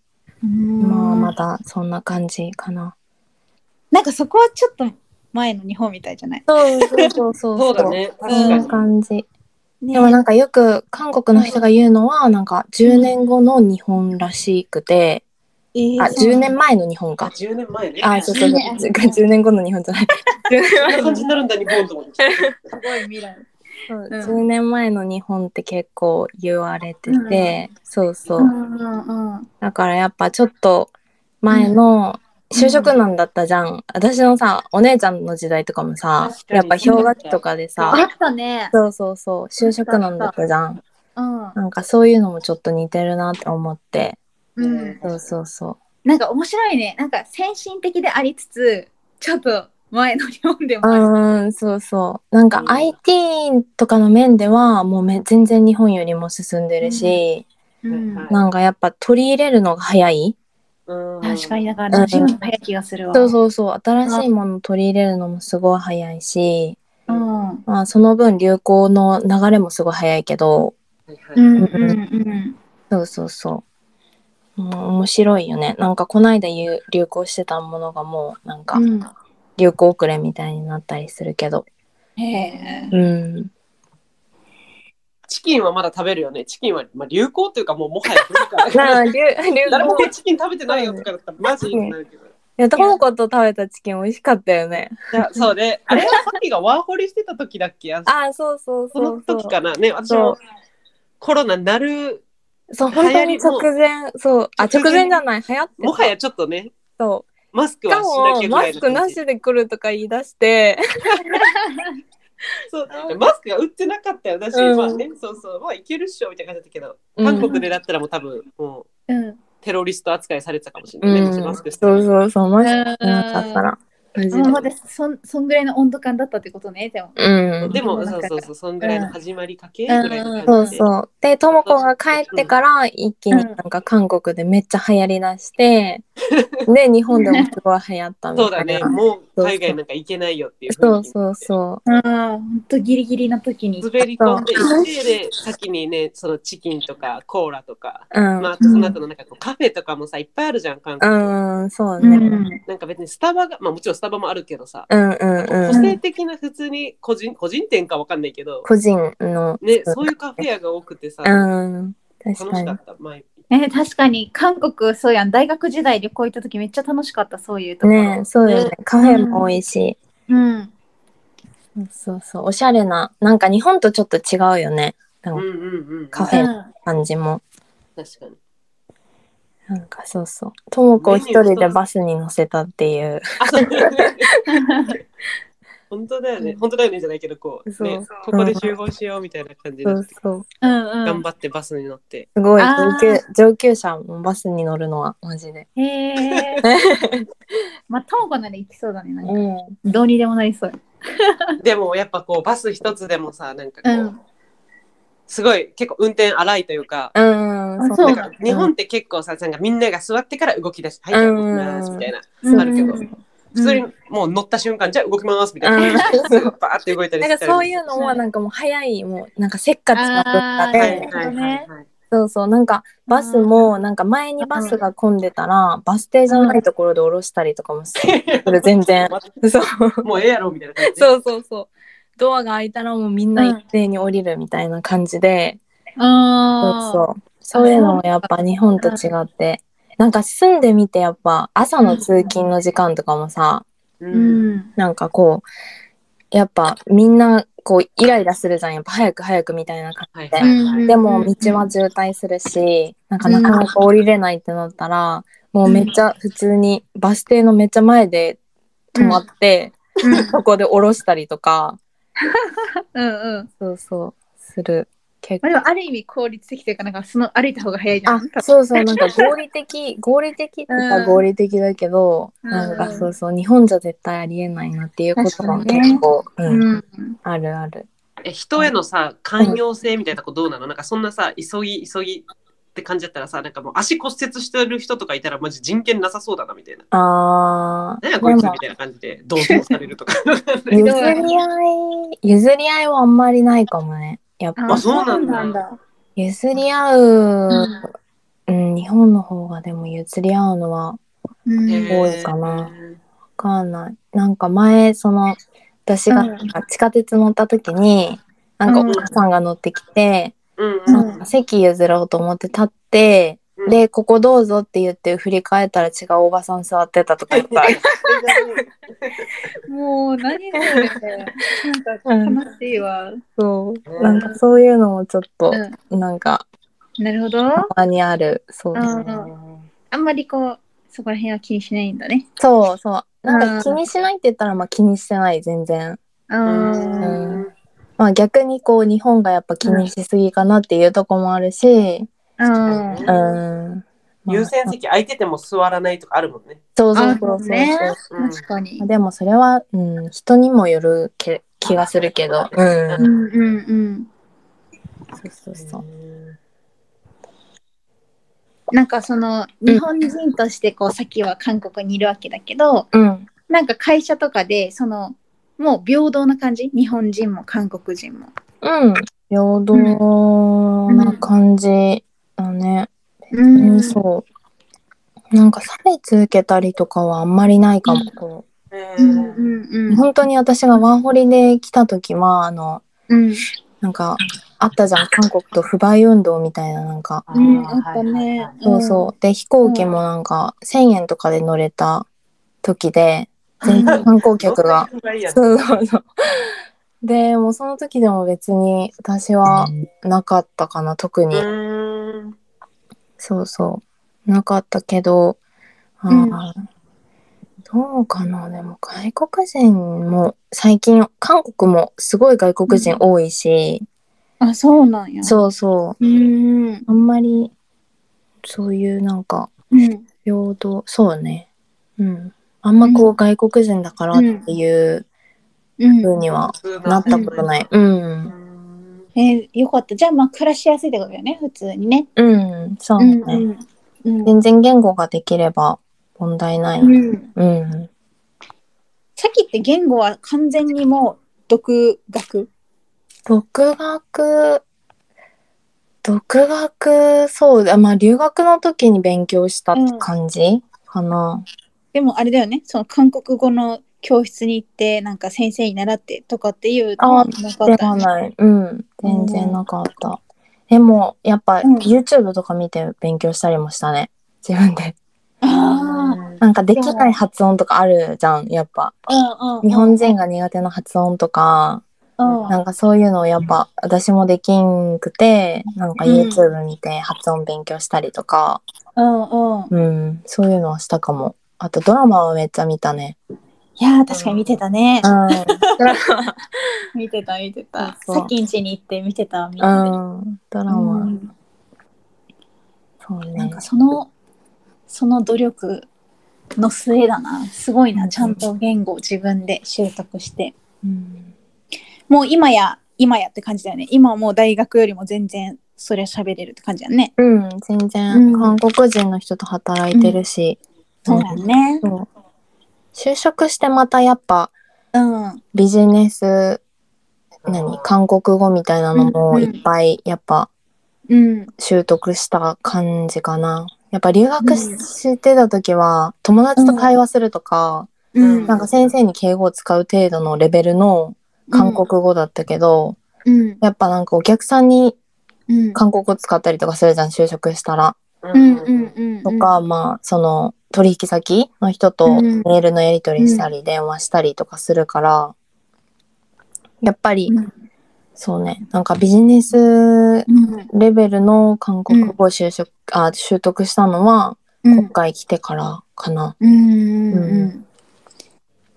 Speaker 2: うん
Speaker 1: まあまだそんな感じかな。
Speaker 2: なんかそこはちょっと前の日本みたいじゃない。
Speaker 1: そうそうそうそ
Speaker 3: そうだ。ね確
Speaker 1: そん
Speaker 3: か
Speaker 1: な
Speaker 3: に
Speaker 1: 感じ。
Speaker 2: ね
Speaker 1: でもなんかよく韓国の人が言うのはなんか10年後の日本らしくて、
Speaker 2: えー
Speaker 1: あ
Speaker 2: そう
Speaker 1: 10年前の日本
Speaker 3: あ
Speaker 1: か。
Speaker 3: 10年前ね
Speaker 1: あ、そうそうそう。
Speaker 2: 10年
Speaker 1: 10年後の日本じゃない。10年
Speaker 3: こん
Speaker 1: 前
Speaker 3: な
Speaker 1: の
Speaker 3: 感じになるんだ日本と 思って
Speaker 2: すごい未来。
Speaker 1: そう
Speaker 2: うん
Speaker 1: 10年前の日本って結構言われてて、そうそう、
Speaker 2: うんうんうん。
Speaker 1: だからやっぱちょっと前の就職難だったじゃん、私のさお姉ちゃんの時代とかもさ
Speaker 3: 確かに
Speaker 1: やっぱ氷河期とかで
Speaker 2: あ
Speaker 1: さ
Speaker 2: ったね。
Speaker 1: そうそうそう就職難だったじゃん
Speaker 2: うん。
Speaker 1: なんかそういうのもちょっと似てるなって思って
Speaker 2: うん。
Speaker 1: そうそうそ
Speaker 2: なんか面白いね。なんか先進的でありつつ、ちょっと前の日本で
Speaker 1: う
Speaker 2: もある。
Speaker 1: うんそうそうなんか
Speaker 3: うん
Speaker 1: IT とかの面ではもうめ全然日本よりも進んでるし、
Speaker 2: うん
Speaker 3: はい
Speaker 1: なんかやっぱ取り入れるのが早い
Speaker 2: 確か
Speaker 3: に
Speaker 2: にだから、私も早い気がするわ。
Speaker 1: そうそうそう新しいもの取り入れるのもすごい早いし、
Speaker 2: うん。
Speaker 1: まあ、その分流行の流れもすごい早いけど
Speaker 2: うんうんうん。
Speaker 1: そうそうそう、うん、面白いよねなんかこないだ流流行してたものがもうなんか
Speaker 2: うん
Speaker 1: 流行遅れみたいになったりするけど
Speaker 2: へえ。
Speaker 1: うん
Speaker 3: チキンはまだ食べるよねチキンは、まあ、流行というかもうもはや文化 だか
Speaker 1: な
Speaker 3: ら
Speaker 1: あ流流
Speaker 3: 誰も
Speaker 1: 行
Speaker 3: チキン食べてないよとかだったらマジにな るけど
Speaker 1: いやトモコと食べたチキン美味しかったよね
Speaker 3: いやそうねあれはさっきがワーホリしてた時だっけあの
Speaker 1: あそうそう
Speaker 3: そ
Speaker 1: そ
Speaker 3: の
Speaker 1: うそう
Speaker 3: 時かなね私
Speaker 1: そ
Speaker 3: も
Speaker 1: う
Speaker 3: コロナなる
Speaker 1: そう本当に直前そうあ直前じゃない流行ってた
Speaker 3: もはやちょっとね
Speaker 1: そう
Speaker 3: マスク
Speaker 1: しか
Speaker 3: はしなき
Speaker 1: も
Speaker 3: ゃぐら
Speaker 1: マ
Speaker 3: い
Speaker 1: ス
Speaker 3: の
Speaker 1: クな
Speaker 3: 感じ
Speaker 1: しで来るとか言い出して
Speaker 3: そうマスクが売ってなかったよ私、
Speaker 1: うん
Speaker 3: まあねそうそうまあいけるっしょみたいな感じだったけど
Speaker 1: うん
Speaker 3: 韓国でだったらもう多分もう
Speaker 2: うん。
Speaker 3: テロリスト扱いされてたかもしれ
Speaker 1: う
Speaker 3: ない、ね
Speaker 1: ん、
Speaker 3: マスクして
Speaker 1: そうそうそうマス
Speaker 2: な
Speaker 1: クなかった。らマジで
Speaker 2: まだそんそんぐらいの温度感だったってことね、でも。
Speaker 1: うん
Speaker 3: でも
Speaker 2: うん
Speaker 3: そうそうそうそんぐらいの始まりかけぐ
Speaker 2: うん
Speaker 3: らいの
Speaker 1: そ
Speaker 3: 感
Speaker 1: う
Speaker 3: じで、
Speaker 1: そうでともこが帰ってから一気になんか韓国でめっちゃ流行りだ して、で日本でもすごい流行ったみたい
Speaker 3: そ
Speaker 1: うな
Speaker 3: だねもう海外なんか行けないよっていう
Speaker 1: そ
Speaker 3: 雰囲
Speaker 1: う
Speaker 3: 気
Speaker 1: そうそ
Speaker 2: ああ、ほんとギリギリの時に。
Speaker 3: 滑り込んで行ってで先にねそのチキンとかコーラとか、
Speaker 1: ううん、
Speaker 3: まあ、あとその後のなんかこうカフェとかもさいっぱいあるじゃん韓国、
Speaker 1: うんそうね
Speaker 3: なんか別にスタバがまあもちろんスタバもあるけどさ、
Speaker 1: うんうんう
Speaker 3: 個
Speaker 1: ん
Speaker 3: 性的な普通に個人個人店かわかんないけど
Speaker 1: 個人の
Speaker 3: ねそういうカフェ屋が多くてさ、
Speaker 1: うん確
Speaker 3: 楽
Speaker 1: か
Speaker 3: し
Speaker 1: に
Speaker 3: かった前
Speaker 2: えー確かに韓国そうやん大学時代旅行行った時めっちゃ楽しかったそういうところ、
Speaker 1: ねそうよねカフェも多いし、
Speaker 2: うん
Speaker 1: そうそうおしゃれななんか日本とちょっと違うよね
Speaker 3: うんうんうん
Speaker 1: カフ
Speaker 2: う
Speaker 1: ェ
Speaker 2: ん
Speaker 1: 感じも
Speaker 3: 確かに
Speaker 1: なんかそうそうともこを一人でバスに乗せたっていう
Speaker 3: あそう本当だよね本当だよねじゃないけどこう、ね
Speaker 1: そう、
Speaker 3: ここで集合しようみたいな感じで、
Speaker 1: そうそう
Speaker 2: うんう
Speaker 3: 頑
Speaker 2: ん
Speaker 3: 張ってバスに乗って
Speaker 1: すごい
Speaker 2: あー
Speaker 1: 上級上級者もバスに乗るのはマジで
Speaker 2: へえまあともこなら行き そうだねなんか
Speaker 1: うん
Speaker 2: どうにでもなりそう
Speaker 3: でもやっぱこうバス一つでもさなんかこう、
Speaker 2: うん
Speaker 3: すごい結構運転荒いというか、
Speaker 1: うん
Speaker 2: あそう
Speaker 3: なんか日本って結構さなんかみんなが座ってから動き出し「はいじゃあ動きます」みたいな、
Speaker 2: うん
Speaker 3: あるけど、
Speaker 2: うん
Speaker 3: 普通にもう乗った瞬間、じゃあ動きますみたいな、
Speaker 1: うん
Speaker 3: バーって動いたり
Speaker 1: な
Speaker 3: し
Speaker 1: ん
Speaker 3: た
Speaker 1: か
Speaker 3: り
Speaker 1: そういうのはなんかもう早いもうなんかせっかちな文化
Speaker 2: うあー
Speaker 1: で
Speaker 2: いはいはい
Speaker 1: そうそうなんかバスもなんか前にバスが混んでたらバス停じゃないところで降ろしたりとかもするそれ全然 そう
Speaker 3: もうええやろみたいな感じ
Speaker 1: そうそうそうドアが開いたらもうみんな一斉に降りるみたいな感じで、
Speaker 2: あ
Speaker 1: そう
Speaker 2: ー
Speaker 1: そうそういうのもやっぱ日本と違ってなんか住んでみてやっぱ朝の通勤の時間とかもさ
Speaker 3: う
Speaker 2: うんん
Speaker 1: なんかこうやっぱみんなこうイライラするじゃんやっぱ早く早くみたいな感じ
Speaker 3: はいはいはい
Speaker 1: でも道は渋滞するし、なんかなかなか降りれないってなったら、もうめっちゃ普通にバス停のめっちゃ前で止まって、
Speaker 2: うん
Speaker 1: そこで降ろしたりとか、
Speaker 2: うんうん
Speaker 1: そうそう、する。結
Speaker 2: ま
Speaker 1: 構
Speaker 2: あ、でもある意味効率的というかなんかその歩いた方が早いじゃん
Speaker 1: あ、そうそう、なんか合理的、合理的って言ったら合理的だけど、
Speaker 2: うん
Speaker 1: なんかそうそう、日本じゃ絶対ありえないなっていうことも結構、
Speaker 2: う
Speaker 1: うん、
Speaker 2: ん
Speaker 1: あるある。
Speaker 3: え人へのさ寛容性みたいなとこどうなのなんかそんなさ急ぎ急ぎって感じだったらさなんかもう足骨折してる人とかいたらマジ人権なさそうだなみたいな
Speaker 1: あ
Speaker 3: 何やこい
Speaker 1: ー、
Speaker 3: つ
Speaker 1: でも
Speaker 3: みたいな感じで同情される とか
Speaker 1: 譲り合い、譲り合いはあんまりないかもね。やっぱ
Speaker 3: あそうなんだ
Speaker 2: だ
Speaker 1: 譲り合う、うん、日本の方がでも譲り合うのは
Speaker 2: うん
Speaker 3: へー
Speaker 1: 多いかなわかんない。なんか前、その、私が
Speaker 2: うん
Speaker 1: なんか地下鉄乗った時に、なんかお母さんが乗ってきて、
Speaker 3: うん
Speaker 2: ん
Speaker 1: なんか席譲ろうと思って立って、
Speaker 3: うん
Speaker 1: で、ここどうぞって言って振り返ったら違うおばさん座ってたとかいっぱい。
Speaker 2: もう何それなんか悲しいわ、
Speaker 1: そう。なんかそういうのもちょっと、なんか、
Speaker 2: なるほど
Speaker 1: たまにある。そう。
Speaker 2: うんあんまりこうそこら辺は気にしないんだね
Speaker 1: そうそう。なんか気
Speaker 2: うん
Speaker 1: にしないって言ったら、まあ気にしてない、全然。
Speaker 2: あー
Speaker 1: まあ逆にこう日本がやっぱ気にしすぎかなっていうとこもあるし、
Speaker 2: あー
Speaker 1: うん。まあ
Speaker 3: 優先席空いてても座らないとかあるもんね。
Speaker 1: そうそうそうそう。
Speaker 2: ね
Speaker 3: うん
Speaker 2: 確かに
Speaker 1: でもそれは、うん、人にもよるけ気がするけど。うん。
Speaker 2: うんうんうん
Speaker 1: そうそうそう。
Speaker 2: なんかその日本人としてこうさっきは韓国にいるわけだけど、
Speaker 1: うん。
Speaker 2: なんか会社とかでそのもう平等な感じ日本人も韓国人も。
Speaker 1: うん。平等な感じだね。
Speaker 2: う
Speaker 1: うんん、そう。なんか差別受けたりとかはあんまりないかも。こ
Speaker 3: へ
Speaker 2: うん
Speaker 3: ー
Speaker 1: う
Speaker 2: うん
Speaker 1: 本当に私がワンホリで来た時は、あの、
Speaker 2: うん。
Speaker 1: なんか、あったじゃん。韓国と不買運動みたいな、なんか。
Speaker 2: うんあったね。
Speaker 1: そうそう。で、飛行機もなんか、1000円とかで乗れた時で、全然観光客が。
Speaker 3: どんな人がいいやん
Speaker 1: そうそうそう。で、もうその時でも別に私はなかったかな、特に。
Speaker 3: うん
Speaker 1: そうそう。なかったけど、あー
Speaker 2: うん
Speaker 1: どうかな、でも外国人も最近、韓国もすごい外国人多いし、
Speaker 2: あそうなんや。。
Speaker 1: そうそう
Speaker 2: うん
Speaker 1: う。。あんまり、そういうなんか、
Speaker 2: うん。
Speaker 1: 平等そうねうんあんまこう外国人だからっていう
Speaker 2: う
Speaker 1: 風
Speaker 2: ん。
Speaker 1: にはなったことないうん
Speaker 3: うん
Speaker 2: えーよかった。じゃあまあ暮らしやすいってことだよね普通にね。
Speaker 1: うん、そう
Speaker 2: う
Speaker 1: ね
Speaker 2: ん、うん。う
Speaker 1: 全
Speaker 2: ん
Speaker 1: 然言語ができれば問題ないな
Speaker 2: うん。
Speaker 1: うん
Speaker 2: さっきって言語は完全にもう独学。
Speaker 1: 独学独学そうだまあ留学の時に勉強したって感じかな、
Speaker 2: でもあれだよね。その韓国語の教室に行ってなんか先生に習ってとかっていうのはなか
Speaker 1: で
Speaker 2: った
Speaker 1: は
Speaker 2: よね。
Speaker 1: ないうん全然なかった、でもやっぱ
Speaker 2: うん
Speaker 1: YouTube とか見て勉強したりもしたね自分で
Speaker 2: あ
Speaker 1: なんかできない発音とかあるじゃん、やっぱ。
Speaker 2: あ。うんうん。
Speaker 1: 日本人が苦手な発音とか、
Speaker 2: うん。
Speaker 1: なんかそういうのをやっぱ私もできんくて、なんか
Speaker 2: うん
Speaker 1: YouTube 見て発音勉強したりとか、
Speaker 2: うんうん。
Speaker 1: うん、そういうのはしたかも。あとドラマはめっちゃ見たね。
Speaker 2: いやー確かに見てたね
Speaker 1: う。ん。
Speaker 2: 見てた見てた。
Speaker 1: そうそう
Speaker 2: さっきんちに行って見てたみんなで
Speaker 1: うん、ドラ
Speaker 2: う
Speaker 1: マ。
Speaker 2: ん
Speaker 1: そう
Speaker 2: なん
Speaker 1: ね
Speaker 2: か。そのその努力の末だなすごいなちゃんと言語を自分で習得して
Speaker 1: うん、
Speaker 2: もう今や今やって感じだよね今はもう大学よりも全然そりゃ喋れるって感じだね
Speaker 1: うん、全然
Speaker 2: うん
Speaker 1: 韓国人の人と働いてるし。
Speaker 2: そうだね
Speaker 1: そう就職してまたやっぱ
Speaker 2: うん。
Speaker 1: ビジネス何韓国語みたいなのもいっぱいやっぱ
Speaker 2: うん。
Speaker 1: 習得した感じかな。やっぱ留学ししてた時は友達と会話するとか、
Speaker 2: うん。
Speaker 1: なんか先生に敬語を使う程度のレベルの韓国語だったけど、
Speaker 2: うん。
Speaker 1: やっぱなんかお客さんに
Speaker 2: うん。
Speaker 1: 韓国語使ったりとかするじゃん就職したら。
Speaker 3: う
Speaker 2: うん。うん。うん。
Speaker 1: とか、まあその取引先の人と
Speaker 2: うん
Speaker 1: メールのやり取りしたり、電話したりとかするからやっぱり、
Speaker 2: うん
Speaker 1: そうねなんかビジネス
Speaker 2: うん。
Speaker 1: レベルの韓国語を就職、あ習得したのは
Speaker 2: うん。
Speaker 1: 今回来てからかな。
Speaker 2: うんうんう
Speaker 1: うん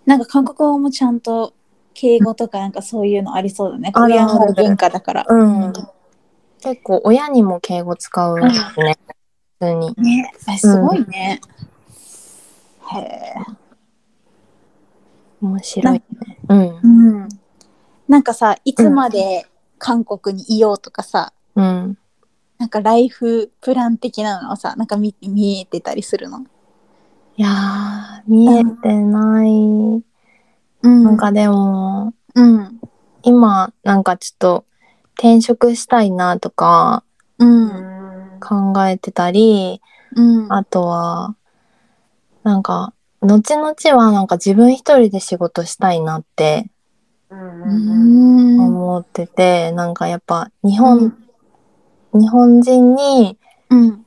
Speaker 2: なんか韓国語もちゃんと敬語とかなんかそういうのありそうだね。
Speaker 1: あ
Speaker 2: コ
Speaker 1: る
Speaker 2: リアンの文化だから。
Speaker 1: うん、結構親にも敬語使うですね普通に。
Speaker 2: ね、あすごいね。へえ。
Speaker 1: 面白いね。うん
Speaker 2: うん。なんかさ、いつまで韓国にいようとかさ、
Speaker 1: うん、
Speaker 2: なんかライフプラン的なのはさ、なんか見見えてたりするの。
Speaker 1: いやー見えてない、
Speaker 2: うん
Speaker 1: なんかでも
Speaker 2: うん。
Speaker 1: 今なんかちょっと転職したいなとか
Speaker 2: うん。
Speaker 1: 考えてたり
Speaker 2: うん。
Speaker 1: あとはなんか後々はなんか自分一人で仕事したいなって
Speaker 2: うん。
Speaker 1: 思ってて、なんかやっぱ日
Speaker 2: う
Speaker 1: 本、日本人に
Speaker 2: うん。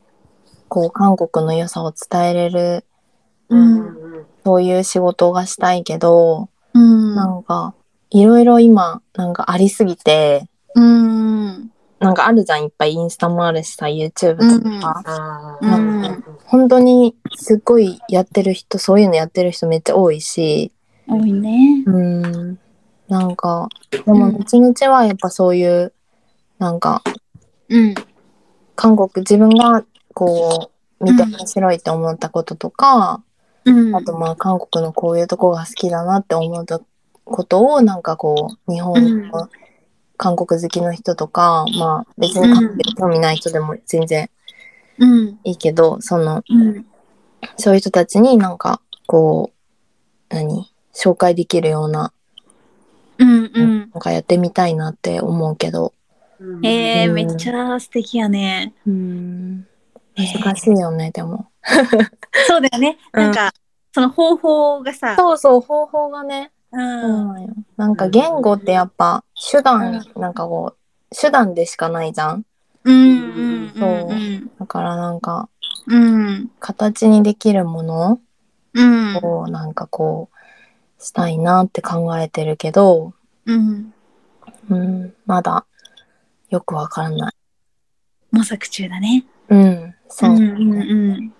Speaker 1: こう韓国の良さを伝えれる
Speaker 2: うん。
Speaker 1: そういう仕事がしたいけど、
Speaker 2: うん。
Speaker 1: なんかいろいろ今なんかありすぎて
Speaker 2: うん。
Speaker 1: なんかあるじゃんいっぱいインスタもあるしさ YouTube とか。
Speaker 2: うん
Speaker 3: うん
Speaker 1: 本当にすっごいやってる人そういうのやってる人めっちゃ多いし
Speaker 2: 多いね。
Speaker 1: うんなんかで
Speaker 2: う
Speaker 1: も
Speaker 2: ん
Speaker 1: 後々はやっぱそういうなんか
Speaker 2: うん。
Speaker 1: 韓国自分がこう見て面白いって思ったこととか、
Speaker 2: うん。
Speaker 1: あとまあ韓国のこういうとこが好きだなって思ったことをなんかこう日本の、韓国好きの人とかまあ別に韓国に興味ない人でも全然
Speaker 2: うん。
Speaker 1: いいけどその
Speaker 2: うん。
Speaker 1: そういう人たちになんかこう何紹介できるような
Speaker 2: うんうん。
Speaker 1: なんかやってみたいなって思うけど、
Speaker 2: えー、
Speaker 1: うん
Speaker 2: めっちゃ素敵やね。
Speaker 1: 難しいよねでも
Speaker 2: そうだよね。
Speaker 1: うん
Speaker 2: なんか、その方法がさ、
Speaker 1: そうそう方法がね、
Speaker 2: うん。
Speaker 1: そうなんよなんか言語ってやっぱ手段、なんかこう手段でしかないじゃん
Speaker 2: うんうんう
Speaker 1: そうんだからなんか
Speaker 2: うん。
Speaker 1: 形にできるもの
Speaker 2: うん。
Speaker 1: をなんかこうしたいなって考えてるけど、
Speaker 2: うん。
Speaker 1: うん、まだよくわからない
Speaker 2: 模索中だね。
Speaker 1: うんそう、
Speaker 2: んうん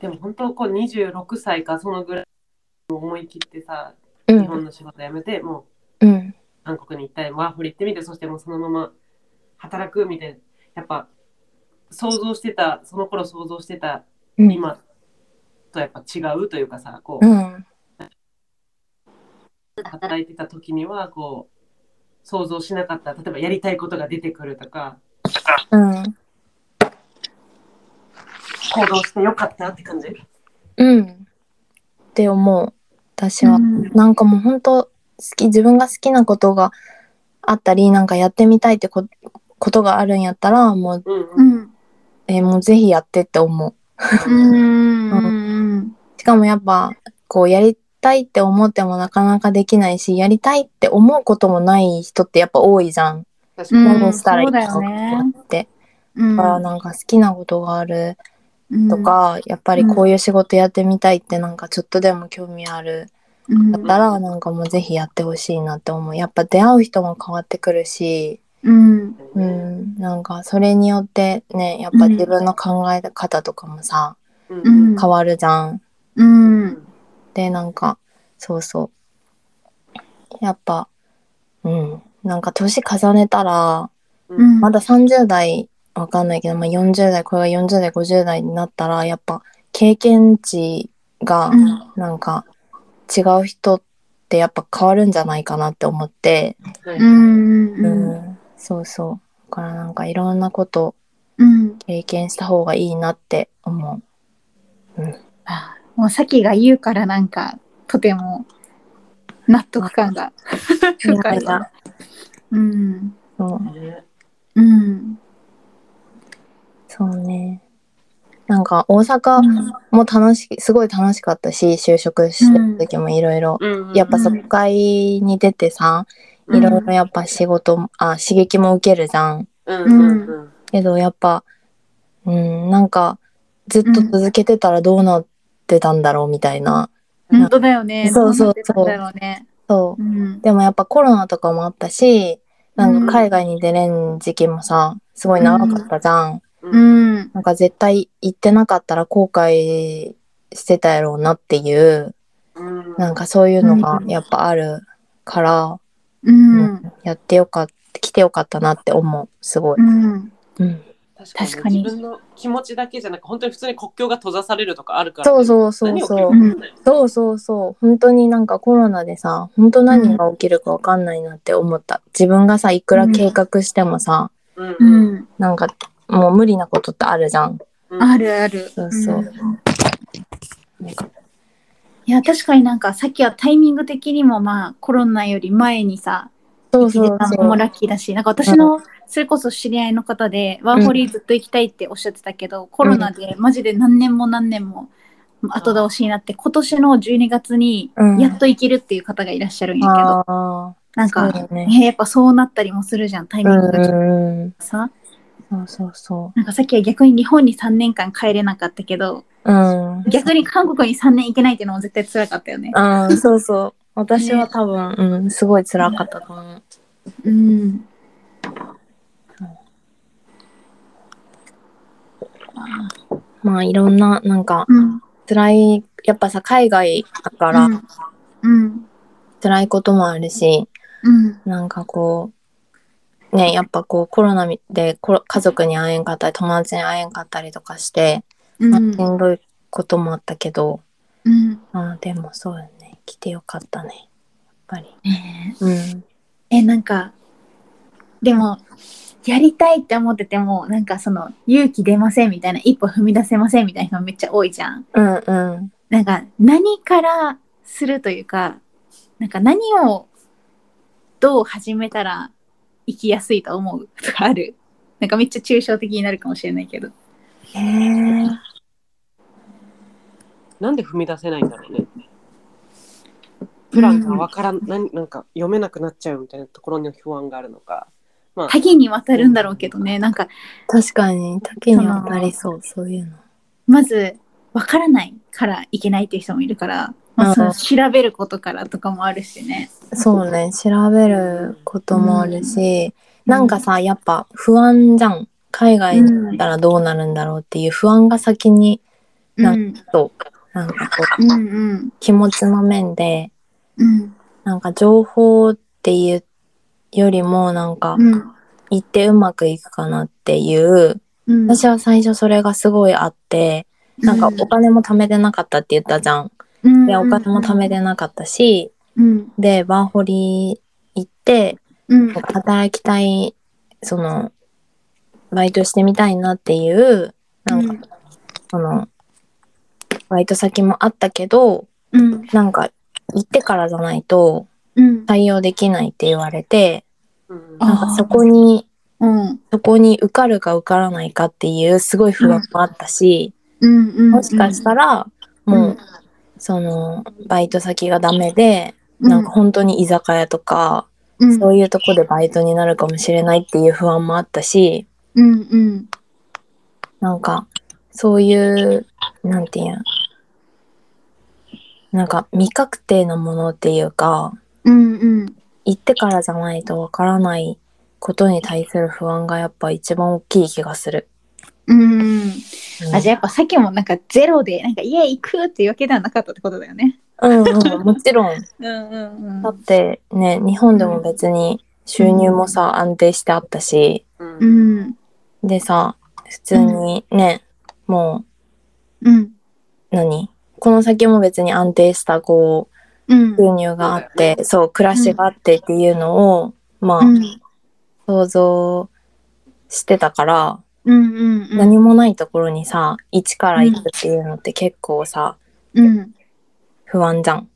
Speaker 3: でも本当こう26歳かそのぐらい思い切ってさ
Speaker 1: う
Speaker 3: 日
Speaker 1: ん
Speaker 3: 本の仕事辞めてもう
Speaker 1: うん
Speaker 3: 韓国に行ったりワーホリ行ってみてそしてもうそのまま働くみたいなやっぱ想像してたその頃想像してた
Speaker 1: うん
Speaker 3: 今とやっぱ違うというかさこ
Speaker 1: う
Speaker 3: うん働いてた時にはこう想像しなかった例えばやりたいことが出てくるとか
Speaker 1: うん
Speaker 3: 行動してよかったって感じ
Speaker 1: うんって思う私
Speaker 2: う
Speaker 1: は、
Speaker 2: ん。
Speaker 1: なんかもう本当好き自分が好きなことがあったりなんかやってみたいってこことがあるんやったらもう,、
Speaker 3: うんう
Speaker 2: うんん。
Speaker 1: えーもうぜひやってって思
Speaker 2: うんうん。
Speaker 1: うしかもやっぱこうやりたいって思ってもなかなかできないしやりたいって思うこともない人ってやっぱ多いじゃん、
Speaker 3: 確
Speaker 2: うん
Speaker 3: かに
Speaker 1: 何したらいいの
Speaker 2: そうだよね
Speaker 1: かって、
Speaker 2: うん。
Speaker 1: だからなんか好きなことがあるとか、やっぱり
Speaker 2: うん
Speaker 1: こういう仕事やってみたいってなんかちょっとでも興味ある
Speaker 2: うん、
Speaker 1: だったらなんかもうぜひやってほしいなって思うやっぱ出会う人も変わってくるし、
Speaker 2: うん。
Speaker 1: う
Speaker 3: うん
Speaker 1: ん、なんかそれによってねやっぱ自分の考え方とかもさ、
Speaker 3: うん
Speaker 1: 変わるじゃん。
Speaker 2: うん。
Speaker 1: でなんかそうそうやっぱうんなんか年重ねたら
Speaker 2: うん。
Speaker 1: まだ30代わかんないけど、まあ、40代これが40代50代になったらやっぱ経験値が
Speaker 2: うん
Speaker 1: なんか違う人ってやっぱ変わるんじゃないかなって思って。
Speaker 2: う
Speaker 3: うん
Speaker 2: ん。
Speaker 1: う
Speaker 2: うん。
Speaker 1: ん、そうそう。だからなんかいろんなこと
Speaker 2: うん。
Speaker 1: 経験した方がいいなって思う。
Speaker 2: もうさきが言うからなんかとても納得感が深いわ。うん。
Speaker 1: そう
Speaker 3: ね
Speaker 2: うん。
Speaker 1: そうねなんか大阪も楽しいすごい楽しかったし就職してる時もいろいろ
Speaker 3: うん
Speaker 1: やっぱそ国会に出てさいろいろやっぱ仕事もあ刺激も受けるじゃん
Speaker 3: うんうんうん
Speaker 1: けどやっぱうんなんかずっと続けてたらどうなってたんだろうみたいな、
Speaker 2: 本当だよね。
Speaker 1: そうそうそう
Speaker 2: どなってたんだろうね。
Speaker 1: そう
Speaker 2: うん。
Speaker 1: でもやっぱコロナとかもあったしなんか海外に出れん時期もさすごい長かったじゃん、
Speaker 2: うん。
Speaker 1: なんか絶対行ってなかったら後悔してたやろうなっていう
Speaker 3: うん
Speaker 1: なんかそういうのが
Speaker 3: うん
Speaker 1: やっぱあるから、
Speaker 2: うん。
Speaker 1: やってよかった来てよかったなって思うすごい、
Speaker 2: うん。
Speaker 1: うん、
Speaker 3: 確
Speaker 2: 確
Speaker 3: か
Speaker 2: か
Speaker 3: に
Speaker 2: に
Speaker 3: 自分の気持ちだけじゃなく本当に普通に国境が閉ざされるとかあるから
Speaker 1: そう
Speaker 3: ね、
Speaker 1: そうそう
Speaker 3: 何を
Speaker 1: そう
Speaker 3: 聞いてもね
Speaker 1: そうそうそう本当になんかコロナでさ本当何が起きるかわかんないなって思った自分がさいくら計画してもさ、
Speaker 3: うん
Speaker 2: う
Speaker 3: うん
Speaker 2: ん。
Speaker 1: なんかもう無理なことってあるじゃん
Speaker 3: うん
Speaker 2: あるある。
Speaker 1: そうそう、
Speaker 2: ん
Speaker 1: なんか
Speaker 2: いや、確かになんかさっきはタイミング的にもまあコロナより前にさ、
Speaker 1: そう
Speaker 2: 行け
Speaker 1: そう
Speaker 2: てたの
Speaker 1: そ
Speaker 2: も
Speaker 1: う
Speaker 2: ラッキーだし、なんか私のそれこそ知り合いの方で、ワーホリずっと行きたいっておっしゃってたけど、コロナでマジで何年も何年も後倒しになって、今年の12月に
Speaker 1: うん
Speaker 2: やっと行けるっていう方がいらっしゃるんやけど、
Speaker 1: あ
Speaker 2: なん
Speaker 1: あ、
Speaker 2: か、
Speaker 1: そうね
Speaker 2: ねやっぱそうなったりもするじゃん、タイ
Speaker 1: う
Speaker 2: ミン
Speaker 1: ん
Speaker 2: グが
Speaker 1: うんうん
Speaker 2: さ。
Speaker 1: そうそうそ
Speaker 2: なんかさっきは逆に日本に3年間帰れなかったけど、
Speaker 1: ううん
Speaker 2: 逆に韓国に3年行けないっていうのも絶対辛かったよね。
Speaker 1: うんそうそう私は多分、うんすごい辛かったと思う
Speaker 2: うん。
Speaker 1: まあいろんななんか
Speaker 2: うん。
Speaker 1: 辛いやっぱさ海外だから
Speaker 2: うん。
Speaker 1: 辛いこともあるし、
Speaker 2: うん。
Speaker 1: なんかこうねやっぱこうコロナでコロ家族に会えんかったり友達に会えんかったりとかして、
Speaker 2: う
Speaker 1: まあ
Speaker 2: ん
Speaker 1: し。んどいこともあったけど
Speaker 2: うん。
Speaker 1: あーでもそうよね来てよかったねやっぱり。
Speaker 2: ね
Speaker 1: うん、
Speaker 2: ええ、なんか、でも、やりたいって思ってても、なんかその、勇気出ませんみたいな、一歩踏み出せませんみたいな人もめっちゃ多いじゃん。
Speaker 1: うんうん
Speaker 2: なんか、何からするというか、なんか何をどう始めたら生きやすいと思うとかある。なんかめっちゃ抽象的になるかもしれないけど。
Speaker 1: へえ
Speaker 3: なんで踏み出せないんだろうねプランがわからん、なんなんか読めなくなっちゃうみたいなところに不安があるのかまあ
Speaker 2: 多岐にわたるんだろうけどね、なんか、
Speaker 1: 確かに多岐にわたりそうそういうの。
Speaker 2: まず分からないからいけないっていう人もいるから、まあ、そ
Speaker 1: うん
Speaker 2: の調べることからとかもあるしね。
Speaker 1: そうね調べることもあるし、なんかさやっぱ不安じゃん海外に行ったらどうなるんだろうっていう不安が先に
Speaker 2: うん、
Speaker 1: な
Speaker 2: うん
Speaker 1: となんかこう
Speaker 2: うん
Speaker 1: 気持ちの面で
Speaker 2: うん
Speaker 1: なんか情報っていうよりもなんか
Speaker 2: うん
Speaker 1: 行ってうまくいくかなっていう
Speaker 2: うん
Speaker 1: 私は最初それがすごいあってなんかお金も貯めてなかったって言ったじゃん。
Speaker 2: うん
Speaker 1: でお金も貯めてなかったし
Speaker 2: うん
Speaker 1: でワーホリ行って
Speaker 2: うん
Speaker 1: 働きたいそのバイトしてみたいなっていうなんか、そのバイト先もあったけど
Speaker 2: うん
Speaker 1: なんか行ってからじゃないと
Speaker 2: うん
Speaker 1: 採用できないって言われて
Speaker 3: うん
Speaker 2: あ
Speaker 1: なんかそこに
Speaker 2: うん
Speaker 1: そこに受かるか受からないかっていうすごい不安もあったし、
Speaker 2: うんうん
Speaker 1: もしかしたらもう、そのバイト先がダメで、なんか本当に居酒屋とか、
Speaker 2: うんうん
Speaker 1: そういうとこでバイトになるかもしれないっていう不安もあったし、
Speaker 2: うんうん
Speaker 1: なんか、そういう、なんていうん、なんか未確定なものっていうか、
Speaker 2: うんうん
Speaker 1: 行ってからじゃないとわからないことに対する不安がやっぱ一番大きい気がする。
Speaker 2: うん
Speaker 1: うん、
Speaker 2: あじゃあやっぱさっきもなんかゼロでなんか家行くっていうわけではなかったってことだよね。
Speaker 1: うんうん、もち ろん。
Speaker 2: うんうん
Speaker 1: だってね、日本でも別に収入もさ、安定してあったし、
Speaker 3: うん
Speaker 2: うん
Speaker 1: でさ、普通にね、も
Speaker 2: うん
Speaker 1: う、何この先も別に安定したこう
Speaker 2: うん
Speaker 1: 収入があっ
Speaker 3: そうだよ
Speaker 1: て、そう暮らしがあってっていうのを、まあ、
Speaker 2: うん
Speaker 1: 想像してたから、
Speaker 2: うんうん
Speaker 1: 何もないところにさ一から行くっていうのって結構さ、
Speaker 2: うん
Speaker 1: 不安じゃん。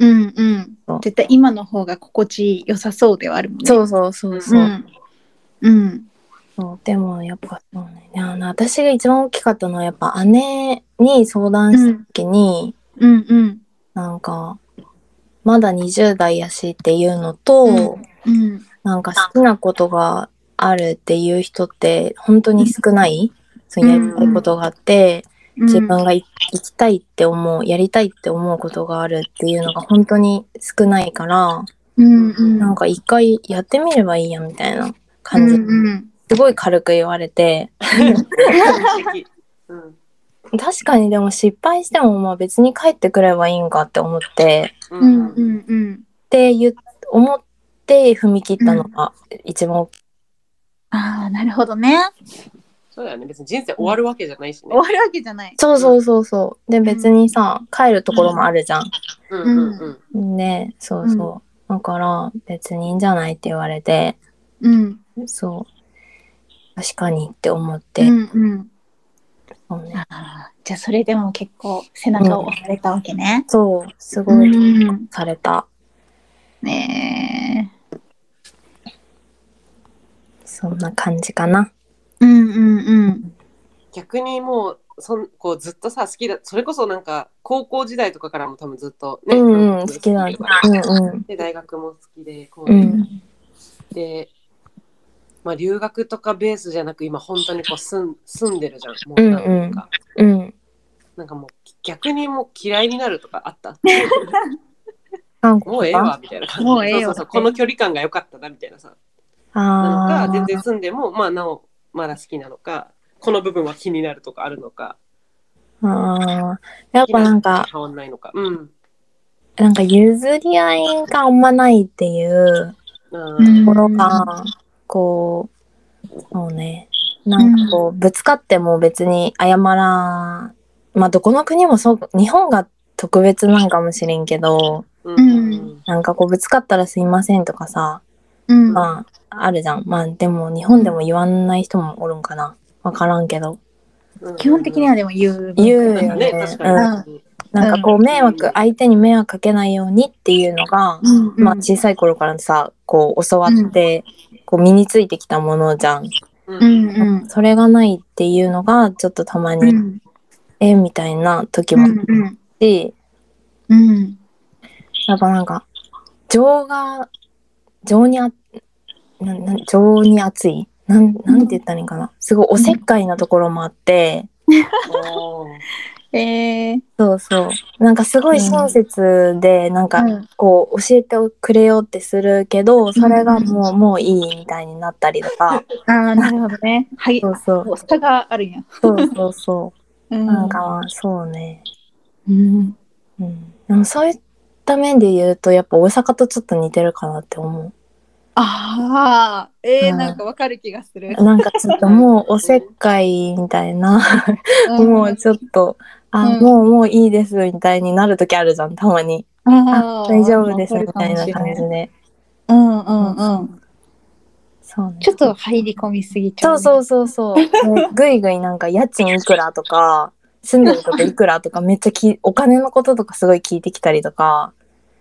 Speaker 2: うんうん
Speaker 1: そう
Speaker 2: 絶対今の方が心地良さそうではあるもんね
Speaker 1: そうそうそうそうう、
Speaker 2: んうん
Speaker 1: そうでもやっぱそうねあの私が一番大きかったのはやっぱ姉に相談した時に、
Speaker 2: うんうん
Speaker 1: なんかまだ20代やしっていうのと、
Speaker 2: うんうん
Speaker 1: なんか好きなことがあるっていう人って本当に少ない、そうやりたいことがあって、自分がい生きたいって思うやりたいって思うことがあるっていうのが本当に少ないから、
Speaker 2: うんうん
Speaker 1: なんか一回やってみればいいやみたいな感じ、
Speaker 2: うんうん
Speaker 1: すごい軽く言われて
Speaker 3: うん
Speaker 1: 確かにでも失敗してもまあ別に帰ってくればいいんかって思って
Speaker 3: う
Speaker 2: うんんうんうん
Speaker 1: って言っ思って踏み切ったのが一番大きい
Speaker 2: ああなるほどね
Speaker 3: そうだよね別に人生終わるわけじゃないしね
Speaker 2: 終わるわけじゃない
Speaker 1: そうそうそうそうで別にさ帰るところもあるじゃん
Speaker 3: うんうんうん
Speaker 1: ねそうそう、だから別にいいんじゃないって言われて
Speaker 2: うん
Speaker 1: そう確かにって思って、
Speaker 2: うんうん
Speaker 1: そうね
Speaker 2: ああじゃあそれでも結構背中を押されたわけね
Speaker 1: そうすごい
Speaker 2: うん
Speaker 1: された、
Speaker 2: ねえ
Speaker 1: そんな感じかな
Speaker 2: うんうんうん
Speaker 3: 逆にもうそんこうずっとさ好きだそれこそなんか高校時代とかからも多分ずっと
Speaker 1: う
Speaker 3: ね、
Speaker 1: んうん好きなんだうんうん
Speaker 3: で大学も好きでこう、
Speaker 1: うん
Speaker 3: で、まあ、留学とかベースじゃなく今本当にこう住ん住んでるじゃんも
Speaker 1: うん
Speaker 3: なんか、
Speaker 1: うんうん
Speaker 3: なんかもう逆にもう嫌いになるとかあった
Speaker 1: 韓
Speaker 3: もう
Speaker 1: 国
Speaker 3: ええ
Speaker 1: か
Speaker 3: わみたいな感じ
Speaker 2: もうええわ
Speaker 3: そうそうそうこの距離感が良かったなみたいなさな
Speaker 1: あ
Speaker 3: の
Speaker 1: ー
Speaker 3: か全然住んでもまあなおまだ好きなのかこの部分は気になるとかあるのか
Speaker 1: あーやっぱなんか
Speaker 3: 変わんないのかうん
Speaker 1: なんか譲り合いがあんまないっていう
Speaker 3: う
Speaker 2: うんん
Speaker 1: ところが、こうそうねなんかこう、ぶつかっても別に謝らんまあどこの国もそう日本が特別なんかもしれんけど
Speaker 3: うん
Speaker 2: うん
Speaker 1: なんかこうぶつかったらすいませんとかさ
Speaker 2: うん
Speaker 1: まああるじゃんまあでも日本でも言わない人もおるんかなわからんけど
Speaker 3: うん
Speaker 2: 基本的にはでも言う
Speaker 1: 言う
Speaker 3: そうだ
Speaker 1: よ
Speaker 3: ね
Speaker 1: ね
Speaker 3: 確かに、
Speaker 1: なんかこう
Speaker 3: うん
Speaker 1: 迷惑相手に迷惑かけないようにっていうのが、
Speaker 2: うんうん
Speaker 1: まあ小さい頃からさこう教わって、こう身についてきたものじゃん。
Speaker 3: う
Speaker 2: うんんうん
Speaker 1: それがないっていうのがちょっとたま
Speaker 2: う
Speaker 1: に、
Speaker 2: ん
Speaker 1: えみたいな時
Speaker 2: う
Speaker 1: もあっ
Speaker 2: んうん
Speaker 1: て、
Speaker 2: うん
Speaker 1: やっぱなんか情が情にあなな情に熱いなんなんて言ったらいいんかなすごいおせっかいなところもあって、
Speaker 3: おー
Speaker 2: えー
Speaker 1: そうそうなんかすごい親切で、なんか
Speaker 2: うん
Speaker 1: こう教えてくれよってするけどそれがもう、もういいみたいになったりとか
Speaker 2: ああなるほどねはい
Speaker 1: そうそう
Speaker 2: お差があるんや
Speaker 1: そうそうそうう、
Speaker 2: ん
Speaker 1: なんかそうね
Speaker 2: うん
Speaker 1: うん、でもそういった面で言うとやっぱ大阪とちょっと似てるかなって思
Speaker 2: ああえ
Speaker 1: う
Speaker 2: ー
Speaker 1: ん
Speaker 2: なんかわかる気がする
Speaker 1: うなんかちょっともうおせっかいみたいなもうちょっとあ、
Speaker 2: うん
Speaker 1: もうもういいですみたいになる時あるじゃんたまにあ大
Speaker 2: 大
Speaker 1: 丈夫ですみたいな感じで
Speaker 2: うんうんうん
Speaker 1: そうね
Speaker 2: ちょっと入り込みすぎちゃ
Speaker 1: そううそうそうそうもうぐいぐいなんか家賃いくらとか住んでるとこいくらとかめっちゃきお金のこととかすごい聞いてきたりとか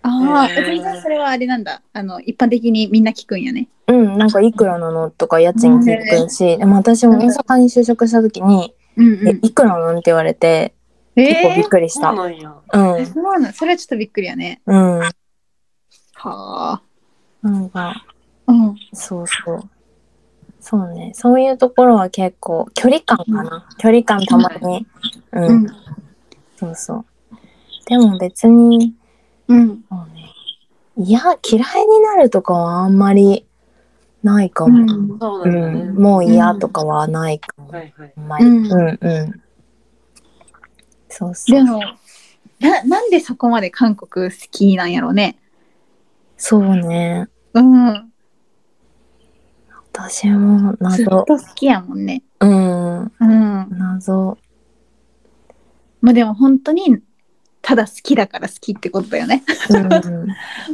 Speaker 2: ああ
Speaker 3: へー
Speaker 2: 別にさそれはあれなんだあの一般的にみんな聞くんやね
Speaker 1: うんなんかいくらなのとか家賃聞いてくるし、でも私も大阪に就職した時に
Speaker 2: うん
Speaker 1: えいくらなんて言われて、
Speaker 2: え
Speaker 1: 結構びっ
Speaker 2: え
Speaker 1: くりし
Speaker 3: そ
Speaker 1: た。
Speaker 3: うなんや
Speaker 1: うん
Speaker 2: ー、そうなんそれはちょっとびっくりやね
Speaker 1: うん。
Speaker 2: は
Speaker 1: なんか、
Speaker 2: あうん
Speaker 1: そうそう。そうね。そういうところは結構、距離感かな。距離感たまに。うん、
Speaker 2: うん
Speaker 1: そうそう。でも別に、
Speaker 2: うん
Speaker 1: そうね。いや、嫌いになるとかはあんまりないか
Speaker 2: う
Speaker 1: も。
Speaker 2: ん
Speaker 3: そう
Speaker 1: う
Speaker 3: なん
Speaker 1: ん。
Speaker 3: だね、
Speaker 1: もう嫌とかはないかも。
Speaker 3: はいはい
Speaker 1: あんまり。
Speaker 2: う
Speaker 1: うんん、うん、そうそ
Speaker 2: で
Speaker 1: う。
Speaker 2: もななんでそこまで韓国好きなんやろうね
Speaker 1: そうね。
Speaker 2: うん
Speaker 1: 私も
Speaker 2: ずっ
Speaker 1: 謎
Speaker 2: と。好きやもんね
Speaker 1: うん。
Speaker 2: うん
Speaker 1: 謎。
Speaker 2: まあでも本当にただ好きだから好きってことだよね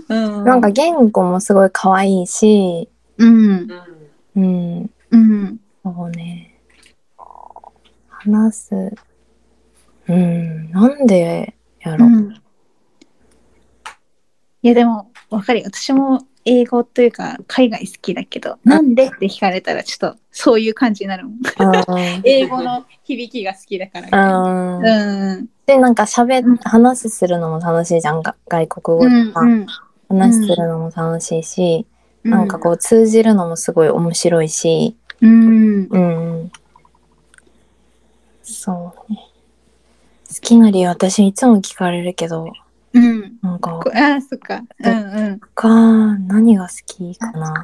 Speaker 1: うん
Speaker 2: うん
Speaker 1: なんか言語もすごい可愛いし、
Speaker 2: うん
Speaker 3: うん
Speaker 1: うん、
Speaker 2: うん
Speaker 1: そうね。話す。うん、なんでや
Speaker 2: う
Speaker 1: ろ。
Speaker 2: んいやでもわかるよ私も英語というか海外好きだけどなんでって聞かれたらちょっとそういう感じになるもん
Speaker 1: あー
Speaker 2: 英語の響きが好きだから
Speaker 1: あー
Speaker 2: うん
Speaker 1: でなんかしゃべ
Speaker 2: うん
Speaker 1: 話するのも楽しいじゃんが外国語とか、
Speaker 2: うん
Speaker 1: 話するのも楽しいし、
Speaker 2: うん
Speaker 1: なんかこう通じるのもすごい面白いし
Speaker 2: うん
Speaker 1: うんうんそうね好きな理由私いつも聞かれるけど
Speaker 2: うん
Speaker 1: なんか
Speaker 2: こあーそっかうんうん
Speaker 1: 他何が好きかな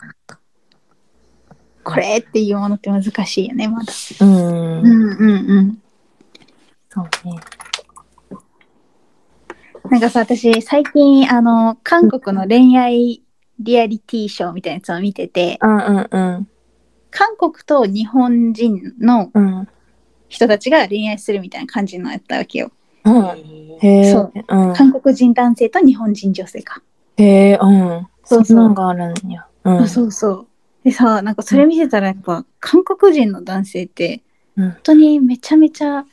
Speaker 2: これっていうものって難しいよねまだ
Speaker 1: うん、
Speaker 2: うんうんうん
Speaker 1: そうね
Speaker 2: なんかさ、私、最近、あの、韓国の恋愛リアリティショーみたいなやつを見てて、
Speaker 1: うんうんうん
Speaker 2: 韓国と日本人の
Speaker 1: うん
Speaker 2: 人たちが恋愛するみたいな感じのやったわけよ。
Speaker 1: うんへえ
Speaker 2: そう
Speaker 1: うん
Speaker 2: 韓国人男性と日本人女性か。
Speaker 1: へえうん
Speaker 2: そうそう
Speaker 1: そんなんがあるんやうん
Speaker 2: あそうそう。でさ、なんかそれ見てたら、やっぱ、韓国人の男性って、
Speaker 1: うん
Speaker 2: 本当にめちゃめちゃ、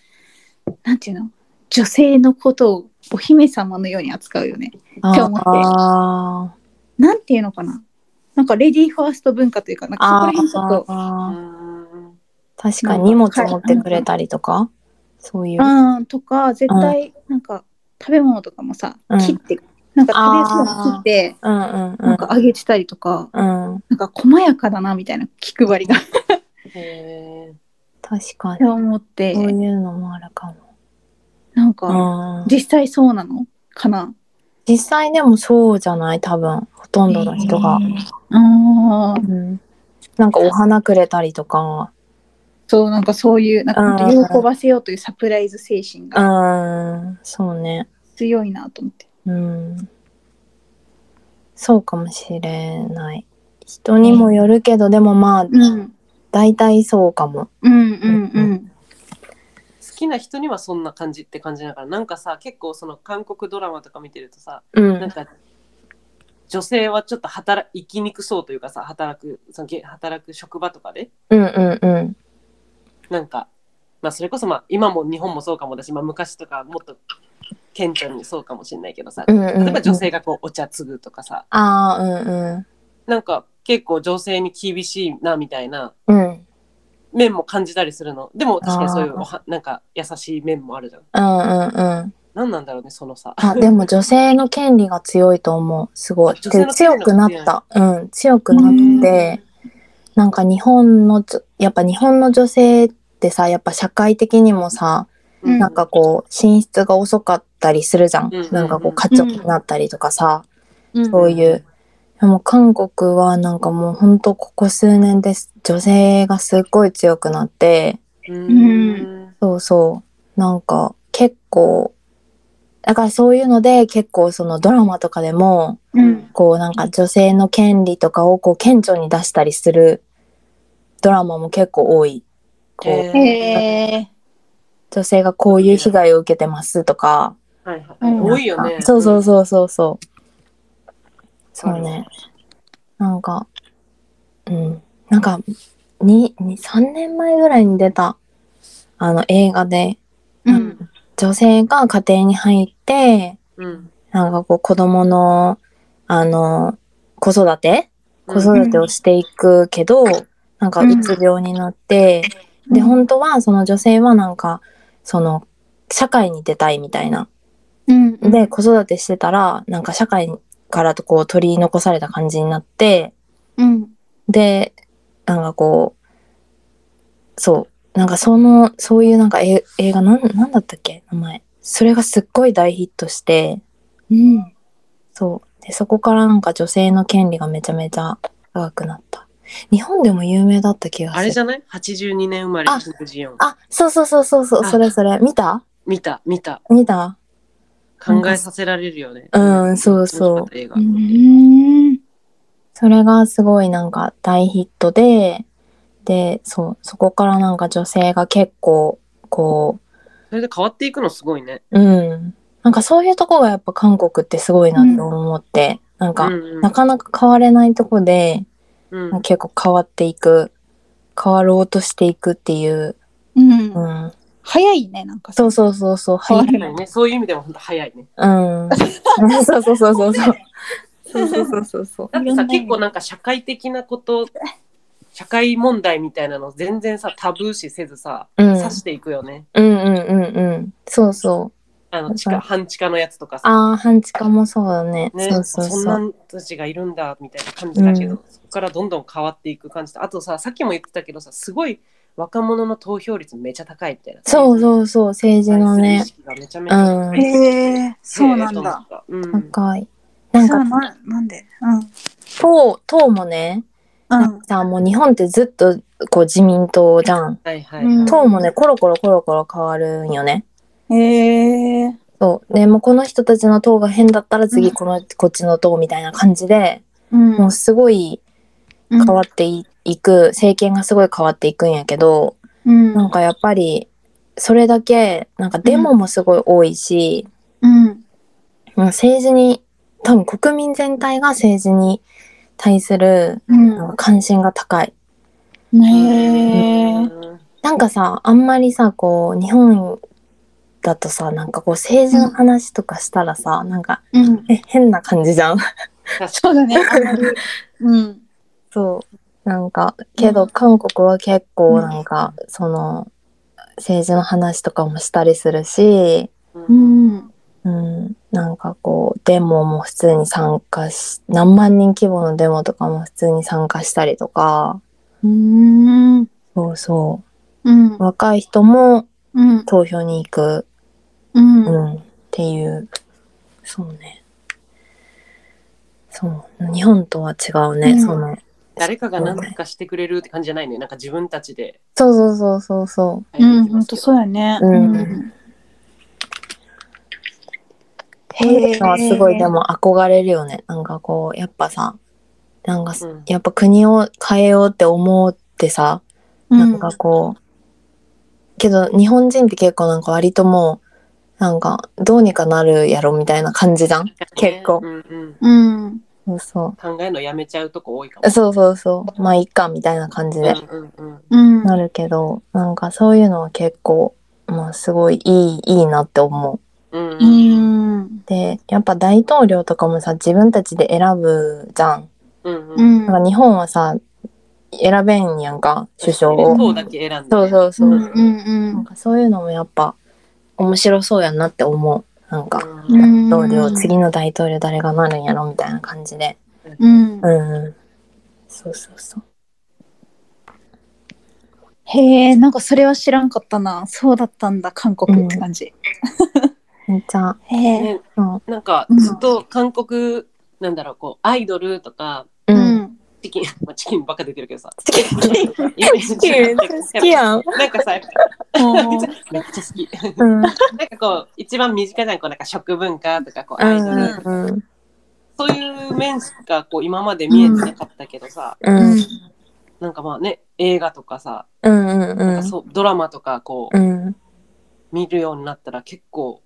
Speaker 2: なんていうの女性のことをお姫様のように扱うよね。って思って
Speaker 1: あ
Speaker 2: なんていうのかななんかレディーファースト文化というか、
Speaker 1: ー
Speaker 2: なんかそこら
Speaker 1: あ
Speaker 2: 辺ちょっと、
Speaker 3: う
Speaker 1: ー
Speaker 3: ん
Speaker 1: 確かに荷物持ってくれたりとかそういう
Speaker 2: うん、とか絶対なんか食べ物とかもさ、
Speaker 1: うん
Speaker 2: 切ってなんか食べ物
Speaker 1: あー
Speaker 2: 切って
Speaker 1: うんうんう
Speaker 2: なん
Speaker 1: ん
Speaker 2: か揚げてたりとか、
Speaker 1: うん
Speaker 2: なんか細やかだなみたいな気配りがっ
Speaker 3: へ
Speaker 1: 確か
Speaker 2: て
Speaker 1: に
Speaker 2: 思って
Speaker 1: そういうのもあるか
Speaker 2: なんか
Speaker 1: も、うん、
Speaker 2: 実際そうなのかな
Speaker 1: 実際でもそうじゃない多分ほとんどの人が、
Speaker 2: あー
Speaker 1: うん、なんかお花くれたりとか
Speaker 2: そうなんかそういうなんか
Speaker 1: うん
Speaker 2: 本当喜ばせようというサプライズ精神
Speaker 1: う
Speaker 2: が
Speaker 1: んそうね
Speaker 2: 強いなと思って。
Speaker 1: うんそうかもしれない人にもよるけど、でもまあ
Speaker 2: うん
Speaker 1: 大体そうかも
Speaker 2: うんうんうん
Speaker 3: 好きな人にはそんな感じって感じだからなんかさ結構その韓国ドラマとか見てるとさ
Speaker 1: う
Speaker 3: なん
Speaker 1: ん
Speaker 3: か女性はちょっと働生きにくそうというかさ働くそのげ働く職場とかで
Speaker 1: うんうんうん
Speaker 3: なんか、まあ、それこそまあ今も日本もそうかもだし、まあ、昔とかもっと顕著にそうかもしれないけどさ
Speaker 1: う
Speaker 3: 例
Speaker 1: んうん
Speaker 3: えば女性がこうお茶継ぐとかさ
Speaker 1: ああうん
Speaker 3: なんか結構女性に厳しいなみたいな
Speaker 1: うんうん
Speaker 3: 面も感じたりするのでも確かにそういうおはなんか優しい面もあるじゃん
Speaker 1: うんうんうん
Speaker 3: 何なんだろうねそのさ
Speaker 1: あでも女性の権利が強いと思うすごい
Speaker 3: 女性
Speaker 1: 強
Speaker 3: の権利が強い
Speaker 1: くなったうん強くなってなんか日本のちょやっぱ日本の女性ってさやっぱ社会的にもさ、
Speaker 2: うん
Speaker 1: なんかこう進出が遅かったりするじゃん、
Speaker 3: うん
Speaker 1: なんかこ
Speaker 3: うん
Speaker 1: う課長になったりとかさ、
Speaker 2: うん
Speaker 1: そういうでも韓国はなんかもうほんとここ数年です女性がすっごい強くなって
Speaker 3: うん
Speaker 1: そうそうなんか結構だからそういうので結構そのドラマとかでも
Speaker 2: うん
Speaker 1: こうなんか女性の権利とかをこう顕著に出したりするドラマも結構多い。こう
Speaker 3: へー
Speaker 2: へえ
Speaker 1: 女性がこういう被害を受けてますとか、
Speaker 3: はいは
Speaker 2: う
Speaker 3: い
Speaker 2: ん
Speaker 3: 多いよね
Speaker 1: そうそうそうそうそう。そうね。なんか、うん。なんか、に、に、3年前ぐらいに出た、あの、映画で、
Speaker 2: う
Speaker 3: うん
Speaker 2: ん
Speaker 1: 女性が家庭に入って、
Speaker 3: うん
Speaker 1: なんかこう、子供の、あの、子育て子育てをしていくけど、なんか、うつ病になって、で、本当は、その女性はなんか、その、社会に出たいみたいな
Speaker 2: うんうん
Speaker 1: で子育てしてたらなんか社会からとこう取り残された感じになって
Speaker 2: うん
Speaker 1: でなんかこうそうなんかそのそういうなんかえ映画なんなんだったっけ名前それがすっごい大ヒットして
Speaker 2: うん
Speaker 1: そうでそこからなんか女性の権利がめちゃめちゃ高くなった日本でも有名だった気がする
Speaker 3: あれじゃない ?82 年生まれ
Speaker 1: あ
Speaker 3: キングジヨン
Speaker 1: あそうそうそうそうそう
Speaker 3: あ
Speaker 1: それそれ見た
Speaker 3: 見た見た
Speaker 1: 見た
Speaker 3: 考えさせられるよね
Speaker 1: うんそうそう
Speaker 3: 楽しかった映
Speaker 2: う
Speaker 3: 画
Speaker 2: ん
Speaker 1: それがすごいなんか大ヒットで、で、そう、そこからなんか女性が結構、こ
Speaker 3: それで変わっていくのすごいね
Speaker 1: う、うん。なんかそういうとこがやっぱ韓国ってすごいなって思って、なんか、
Speaker 3: うんうん
Speaker 1: なかなか変われないとこで、
Speaker 3: うん
Speaker 1: 結構変わっていく、変わろうとしていくっていう、
Speaker 2: うん
Speaker 1: うん、
Speaker 2: 早いね、なんか
Speaker 1: そうそうそうそう、
Speaker 2: 変
Speaker 1: は
Speaker 2: わ
Speaker 1: い。
Speaker 2: ら
Speaker 3: 確
Speaker 2: な
Speaker 3: か
Speaker 2: い
Speaker 3: にね、そういう意味でも本当早いね。
Speaker 1: うん。 そうそうそうそうそう。
Speaker 2: そうそうそうそうそう。
Speaker 3: だってさ、結構なんか社会的なこと、社会問題みたいなの全然さ、タブー視せずさ、
Speaker 1: うん。
Speaker 3: 刺していくよね。
Speaker 1: うんうんうんうん。そうそう。
Speaker 3: あの、地
Speaker 1: は
Speaker 3: 下、
Speaker 1: い
Speaker 3: 半地下のやつとかさ。
Speaker 1: ああ、半地下もそうだね。
Speaker 3: ね、
Speaker 1: そうそうそ
Speaker 3: ん
Speaker 1: う。
Speaker 3: な人たちがいるんだみたいな感じだけど、
Speaker 1: うん
Speaker 3: そこからどんどん変わっていく感じとあとささっきも言ってたけどさすごい若者の投票率めちゃ高いみたいな
Speaker 1: そう
Speaker 3: う
Speaker 1: そうそう、政治のね
Speaker 3: 意。識がめちゃめちゃ高い、へえ
Speaker 2: へえ、そうなん
Speaker 3: と思
Speaker 2: だ。
Speaker 3: ったうん
Speaker 1: 高い。なん
Speaker 2: そう
Speaker 1: か、
Speaker 2: ななんでう
Speaker 1: 党、党もね、
Speaker 2: ん。うん。
Speaker 1: さあもう日本ってずっとこう自民党じゃん。
Speaker 3: はいはい、
Speaker 2: うん
Speaker 1: 党もね、コロコロコロコロ変わるんよね。
Speaker 2: へえ。
Speaker 1: そう。で、もうこの人たちの党が変だったら次この、こっちの党みたいな感じで、
Speaker 2: うん
Speaker 1: もうすごい変わっていいく、政権がすごい変わっていくんやけど、
Speaker 2: うん。
Speaker 1: なんかやっぱり、それだけ、なんかデモもすごい多いし、
Speaker 2: うん。
Speaker 1: もう政治に、多分国民全体が政治に対する
Speaker 2: うん。
Speaker 1: 関心が高い。
Speaker 2: へえ。
Speaker 1: なんかさ、あんまりさ、こう、日本だとさ、なんかこう、政治の話とかしたらさ、なんか、
Speaker 2: うん。
Speaker 1: え、変な感じ じゃん。
Speaker 2: そうだね。あんまり。 うん。
Speaker 1: そう。なんか、けど、
Speaker 2: うん
Speaker 1: 韓国は結構、
Speaker 2: うん
Speaker 1: なんか、その、政治の話とかもしたりするし、
Speaker 3: うん
Speaker 2: うん。
Speaker 1: うん、なんかこう、デモも普通に参加し、何万人規模のデモとかも普通に参加したりとか、
Speaker 2: うん。
Speaker 1: そうそ
Speaker 2: うん
Speaker 1: う。。若い人も
Speaker 2: うん。
Speaker 1: 投票に行く、
Speaker 2: うん。
Speaker 1: うん、っていう。そうね。そう。日本とは違うね、
Speaker 2: うん
Speaker 1: その。
Speaker 3: 誰かが何かしてくれるって感じじゃないねなんか自分たちで
Speaker 1: そうそうそうそうそう。
Speaker 2: うん、本当そううやね。
Speaker 1: うん
Speaker 2: ん。
Speaker 1: っていうのはすごいでも憧れるよね。なんかこう、やっぱさ、なんかす、
Speaker 3: うん
Speaker 1: やっぱ国を変えようって思ってさ、なんかこう、けど日本人って結構なんか割ともう、なんかどうにかなるやろみたいな感じじゃん結構
Speaker 3: う。んうん、
Speaker 2: うん、う
Speaker 1: そ
Speaker 2: ん。
Speaker 1: うそ
Speaker 3: 考えるのやめちゃうとこ多いかも
Speaker 1: う。そうそうそう。まあいいかみたいな感じで
Speaker 3: うんうんうん
Speaker 2: うん。
Speaker 1: なるけど、なんかそういうのは結構、まあすごいいい、いいなって思う。
Speaker 3: うん
Speaker 2: う
Speaker 3: うん
Speaker 2: ん。
Speaker 1: で、やっぱ大統領とかもさ、自分たちで選ぶじゃん。
Speaker 3: うん
Speaker 2: う
Speaker 3: うん
Speaker 2: ん。
Speaker 1: なんか日本はさ、選べんやんか、首相を。
Speaker 3: 党だけ選んで
Speaker 1: そうそうそう。
Speaker 2: うんうん
Speaker 1: なんかそういうのもやっぱ面白そうやなって思う。なんか、
Speaker 3: うん
Speaker 2: うん
Speaker 1: 大統領、次の大統領誰がなるんやろみたいな感じで。
Speaker 2: う
Speaker 1: う
Speaker 2: ん。うん
Speaker 1: うん。そうそうそう。
Speaker 2: へえ、なんかそれは知らんかったな。そうだったんだ、韓国って感じ。
Speaker 1: めっちゃ、
Speaker 2: へえ。
Speaker 3: ね
Speaker 1: うん。
Speaker 3: なんか
Speaker 2: うん
Speaker 3: ずっと韓国、なんだろうこうアイドルとか
Speaker 1: う。
Speaker 2: うんん。
Speaker 3: チキン、 まあ、チキンばっか出てるけどさ
Speaker 1: チキン
Speaker 3: イメージ
Speaker 1: めっちゃ好きやん。
Speaker 3: なんかさやっぱ
Speaker 2: おー
Speaker 3: めっちゃ好き
Speaker 1: うん。
Speaker 3: なんかこう一番身近じゃんこうなんか食文化とかこう
Speaker 1: う
Speaker 3: アイドル、
Speaker 1: んうん
Speaker 3: そういう面しかこう今まで見えてなかったけどさ、
Speaker 1: う
Speaker 2: うんん。
Speaker 3: なんかまあね映画とかさ、
Speaker 1: うんうんう
Speaker 3: なん
Speaker 1: ん
Speaker 3: かそうドラマとかこう、
Speaker 1: うん。
Speaker 3: 見るようになったら結構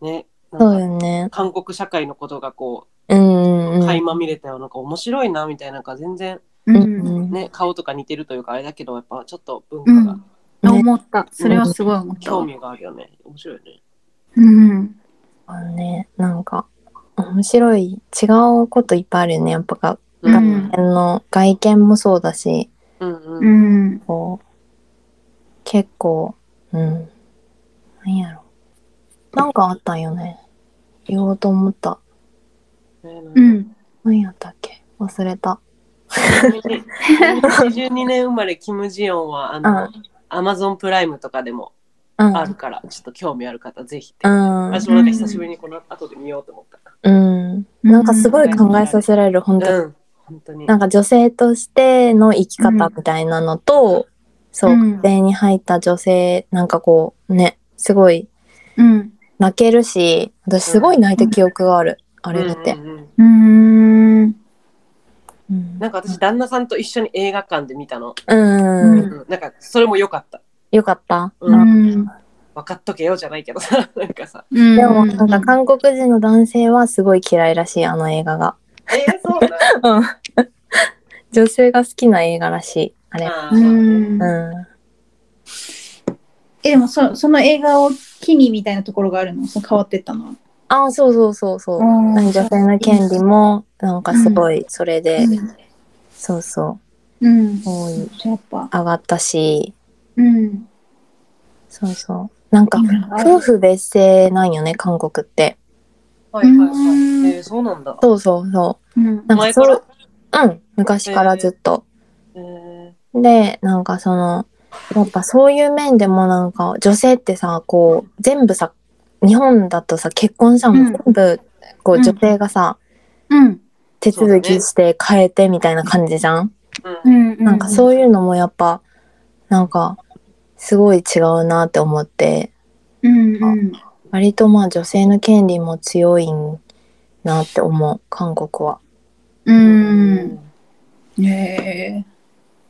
Speaker 3: ねなんか
Speaker 1: そうよね。
Speaker 3: 韓国社会のことがこ
Speaker 1: うんうん
Speaker 3: う
Speaker 1: う
Speaker 3: 垣
Speaker 1: ん。
Speaker 3: 間見れたようななんか面白いなみたいななんか全然
Speaker 1: う
Speaker 2: う。
Speaker 1: んん
Speaker 3: ね、顔とか似てるというかあれだけどやっぱちょっと文
Speaker 2: う
Speaker 3: 化が
Speaker 2: ん。あ思った。それはすごい思った
Speaker 3: 興
Speaker 2: わ。
Speaker 3: 味があるよね、面白いよね
Speaker 2: うん。
Speaker 1: そうね、なんか面白い違うこといっぱいあるよねやっぱが
Speaker 2: う
Speaker 3: うん
Speaker 1: あの外見もそうだし
Speaker 3: うんうん
Speaker 2: うん。
Speaker 1: こう結構うんなんやろなんかあったんよね言おうと思った
Speaker 2: う
Speaker 3: ね
Speaker 2: ん。
Speaker 1: 何やったっけ忘れた
Speaker 3: なんかちなみに82年生まれキム・ジヨンはあ
Speaker 1: う
Speaker 3: の
Speaker 1: ん
Speaker 3: アマゾンプライムとかでも
Speaker 1: う
Speaker 3: ある
Speaker 1: ん
Speaker 3: から、ちょっと興味ある方ぜひって、
Speaker 1: うん
Speaker 3: 私もなんか久しぶりにこの後で見ようと思った
Speaker 1: うんなんかすごい考えさせられる本当に
Speaker 3: うん本当に
Speaker 1: なんか女性としての生き方みたいなのと、そう
Speaker 2: うん
Speaker 1: 家庭に入った女性なんかこうねすごい
Speaker 2: うん。
Speaker 1: 泣けるし私すごい泣いた記憶がある、あれだって
Speaker 3: うん、うんうん
Speaker 1: う
Speaker 2: うん。
Speaker 1: ん
Speaker 3: なんか私旦那さんと一緒に映画館で見たの、
Speaker 1: うん、
Speaker 2: うん
Speaker 3: うんなんかそれも良かった、
Speaker 1: よかった、
Speaker 3: う、
Speaker 2: うんん。
Speaker 3: 分かっとけよじゃないけどさなんか さ
Speaker 2: うん。
Speaker 1: でもなんか韓国人の男性はすごい嫌いらしいあの映画が、
Speaker 3: えー、そうなんだ
Speaker 1: うん、 女性が好きな映画らしいあれ
Speaker 3: あ
Speaker 2: う
Speaker 3: ー
Speaker 2: ん
Speaker 1: う
Speaker 2: え、え、でもそ、その映画を機にみたいなところがあるのその変わってったのは。
Speaker 1: あそうそうそうそう。
Speaker 2: うん
Speaker 1: 女性の権利も、なんかすごい、それで、そうそう
Speaker 2: うん。、
Speaker 1: 多い、
Speaker 2: やっぱ。
Speaker 1: 上がったし、
Speaker 2: うん。
Speaker 1: そうそう。なんか、
Speaker 2: うん
Speaker 1: 夫婦別姓なんよね、韓国って。
Speaker 3: はいはいは
Speaker 2: うん
Speaker 3: い。えー、そうなんだ。
Speaker 1: そうそうそう。
Speaker 2: うん
Speaker 1: なんか
Speaker 3: 前
Speaker 1: そ
Speaker 3: か
Speaker 1: う
Speaker 3: ら、
Speaker 1: うん、昔からずっと。
Speaker 3: えー
Speaker 1: で、なんかその、やっぱそういう面でもなんか、女性ってさ、こう、全部さ、日本だとさ、結婚したのも全部、こ
Speaker 2: う
Speaker 1: う、
Speaker 2: ん
Speaker 1: 女性がさ、
Speaker 2: うん。
Speaker 1: 手続きして変えてみたいな感じじゃん、
Speaker 3: うん
Speaker 2: うん。
Speaker 1: なんかそういうのもやっぱなんかすごい違うなって思って
Speaker 2: うん。うん。
Speaker 1: 割とまあ女性の権利も強いなって思う韓国は
Speaker 2: うん。ねえ。
Speaker 1: 本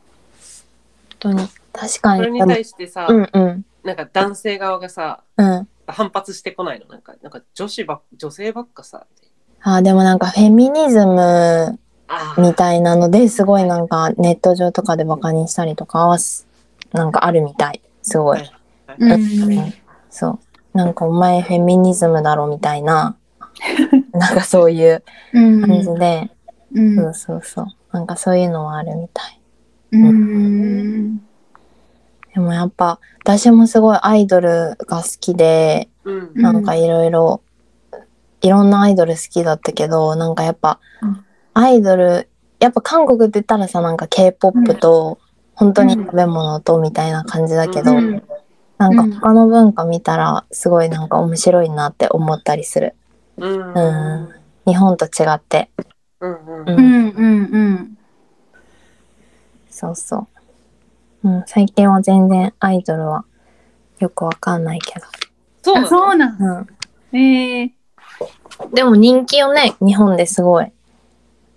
Speaker 1: 当に確か
Speaker 3: それ
Speaker 1: に
Speaker 3: に
Speaker 1: でも
Speaker 3: 対してさ、
Speaker 1: うんうん
Speaker 3: なんか男性側がさ、
Speaker 1: うん
Speaker 3: 反発してこないのなんか、なんか女子ばっ、女性ばっかさ。
Speaker 1: あーでもなんかフェミニズム
Speaker 3: あ
Speaker 1: みたいなのですごいなんかネット上とかでバカにしたりとかはすなんかあるみたいすごい
Speaker 3: あ。
Speaker 2: うん
Speaker 1: そうなんかお前フェミニズムだろみたいななんかそういう
Speaker 2: うん。
Speaker 1: 感じで、
Speaker 2: うん
Speaker 1: そうそうそう。なんかそういうのはあるみたい。
Speaker 2: うん。
Speaker 1: でもやっぱ私もすごいアイドルが好きで、
Speaker 3: うん。
Speaker 1: なんかいろいろ、いろんなアイドル好きだったけど、なんかやっぱ
Speaker 2: うん
Speaker 1: アイドル、やっぱ韓国って言ったらさ、なんか K-POP と本当に食べ物とみたいな感じだけど、
Speaker 2: うん
Speaker 1: なんか他の文化見たらすごいなんか面白いなって思ったりする。
Speaker 3: うん。
Speaker 1: 日本と違って。
Speaker 3: うん。
Speaker 1: う
Speaker 3: うん
Speaker 2: う
Speaker 3: ん。
Speaker 2: んうんうん。
Speaker 1: そうそう。うん、最近は全然アイドルはよくわかんないけど。
Speaker 3: そうな
Speaker 2: あ、
Speaker 3: の
Speaker 2: そうなの。
Speaker 1: う
Speaker 2: ええ。
Speaker 1: ん、でも人気よね、日本ですごい。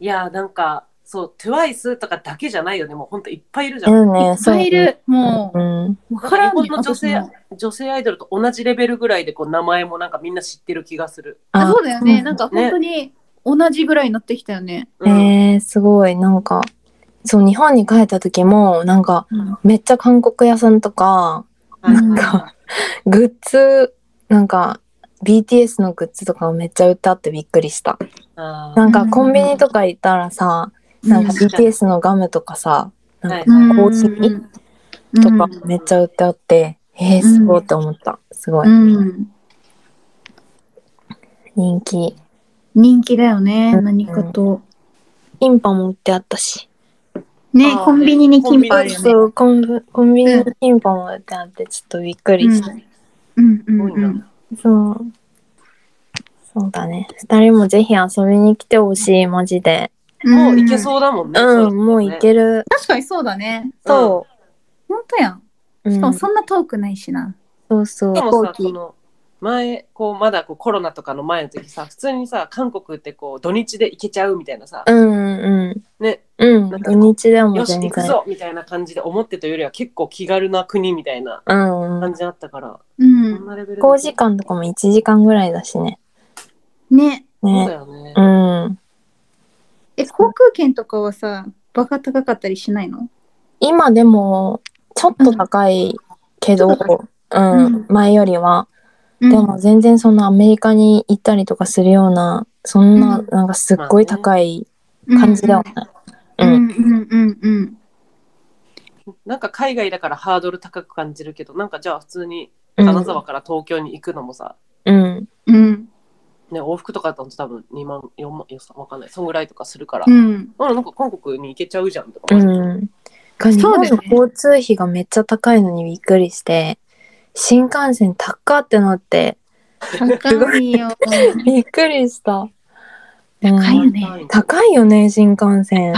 Speaker 3: いやー、なんか、そう、TWICE とかだけじゃないよね。もうほんといっぱいいるじゃん。
Speaker 1: うんね、そう。
Speaker 2: いっぱいいる。も
Speaker 1: う
Speaker 2: う。
Speaker 1: ん。
Speaker 2: わからんね
Speaker 3: 日本の女性
Speaker 2: 私も
Speaker 3: 女性アイドルと同じレベルぐらいで、こう、名前もなんかみんな知ってる気がする。
Speaker 2: あ、そうだよね。なん
Speaker 1: か。
Speaker 2: か本当に同じぐらいになってきたよね。
Speaker 3: うん
Speaker 1: えー、すごい。なんか、そう、日本に帰った時も、なんか、
Speaker 2: うん
Speaker 1: めっちゃ韓国屋さんとか、
Speaker 3: はいはい
Speaker 1: なんか、グッズ、なんか、BTS のグッズとかをめっちゃ売ってあってびっくりした。
Speaker 3: あー
Speaker 1: なんかコンビニとか行ったらさ、なんか
Speaker 3: うん
Speaker 1: BTS のガムとかさ、なんか
Speaker 2: うん
Speaker 1: コーヒーとかめっちゃ売ってあって、えー、すごいって思った。すごい。
Speaker 2: うんうん
Speaker 1: 人気。
Speaker 2: 人気だよね。
Speaker 1: うん
Speaker 2: 何かと。
Speaker 1: キンパも売ってあったし。
Speaker 2: ね
Speaker 3: あ、ー
Speaker 2: コンビニにキンパあるよね。
Speaker 1: そう、コンビコンビニのキンパも売ってあって、ちょっとびっくりした。
Speaker 2: うんう
Speaker 3: す
Speaker 2: ん
Speaker 3: ごいな
Speaker 2: うん。
Speaker 1: そう。そうだね。二人もぜひ遊びに来てほしい、マジで。
Speaker 3: もういけ
Speaker 2: う
Speaker 3: そうだもんね。
Speaker 1: うん、もういける
Speaker 2: ん。。確かにそうだね。
Speaker 1: そ
Speaker 2: 本当やん。
Speaker 1: う。
Speaker 2: しか
Speaker 1: う
Speaker 2: も
Speaker 1: ん、
Speaker 2: そんな遠くないしな。
Speaker 1: そうそう
Speaker 3: で。も
Speaker 2: 飛行
Speaker 3: さ、
Speaker 2: 機
Speaker 3: この前、こうまだこうコロナとかの前の時さ、普通にさ、韓国ってこう土日で行けちゃうみたいなさ
Speaker 1: う、ん、うん。
Speaker 3: ね、
Speaker 1: うん、
Speaker 3: なんか
Speaker 1: 土日でも
Speaker 3: よし、
Speaker 1: 全
Speaker 3: 行く
Speaker 1: 然。
Speaker 3: ぞみたいな感じで思ってたよりは結構気軽な国みたいな
Speaker 1: うん、うん
Speaker 3: 感じだったから、
Speaker 2: う
Speaker 3: こん
Speaker 2: ん。
Speaker 3: なレベルで
Speaker 1: 飛行時間とかも1時間ぐらいだしね。
Speaker 2: ね。
Speaker 3: そう
Speaker 1: ね。
Speaker 3: だよね
Speaker 1: う。ん。
Speaker 2: え、航空券とかはさ、バカ高かったりしないの
Speaker 1: 今でも、ちょっと高いけど、
Speaker 2: うんちょっ
Speaker 1: うん、
Speaker 2: うん
Speaker 1: 前よりは。
Speaker 2: で
Speaker 1: でも、全然そのアメリカに行ったりとかするような、そんな、
Speaker 2: うん
Speaker 1: なんかすっごい高い感じではない。う
Speaker 2: う
Speaker 1: ん。
Speaker 2: うんんうんうん
Speaker 3: なんか海外だからハードル高く感じるけど、なんかじゃあ普通に
Speaker 1: うん。
Speaker 3: 金沢から東京に行くのもさ、
Speaker 1: うん。
Speaker 2: うん。うん
Speaker 3: ね、往復とかだと多分2万、4万、わかんない、そんぐらいとかするから、
Speaker 2: うん。
Speaker 3: あらなんか韓国に行けちゃうじゃんとか
Speaker 1: う
Speaker 3: 思って、
Speaker 1: ん。日
Speaker 2: そう
Speaker 1: 本
Speaker 2: だよ
Speaker 1: の
Speaker 2: ね
Speaker 1: 交通費がめっちゃ高いのにびっくりして、新幹線高ってなって、
Speaker 2: 高いよ。
Speaker 1: びっくりした。
Speaker 2: 高いよ
Speaker 1: うん
Speaker 2: ね。
Speaker 1: 高いよね、新幹線。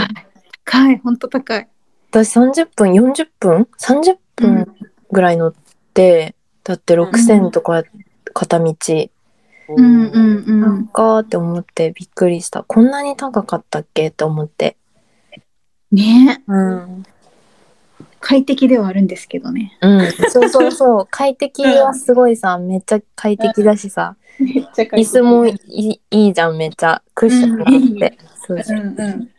Speaker 2: 高い。ほんと高い。
Speaker 1: 私30分40分30分ぐらい乗って、だって6,000とか片道、
Speaker 3: う
Speaker 2: うんうん
Speaker 3: ん
Speaker 2: う
Speaker 1: なん
Speaker 2: ん。
Speaker 1: かって思ってびっくりしたこんなに高かったっけって思って、
Speaker 2: ね
Speaker 1: うん、
Speaker 2: 快適ではあるんですけどね。
Speaker 1: うん、そうそうそう快適はすごいさめっちゃ快適だしさ
Speaker 2: めっちゃ快
Speaker 1: 椅子もいいいいじゃんめっちゃクッションがあ
Speaker 2: うんい
Speaker 1: っ
Speaker 2: い
Speaker 1: て、そう
Speaker 2: う
Speaker 1: そうん
Speaker 2: うん。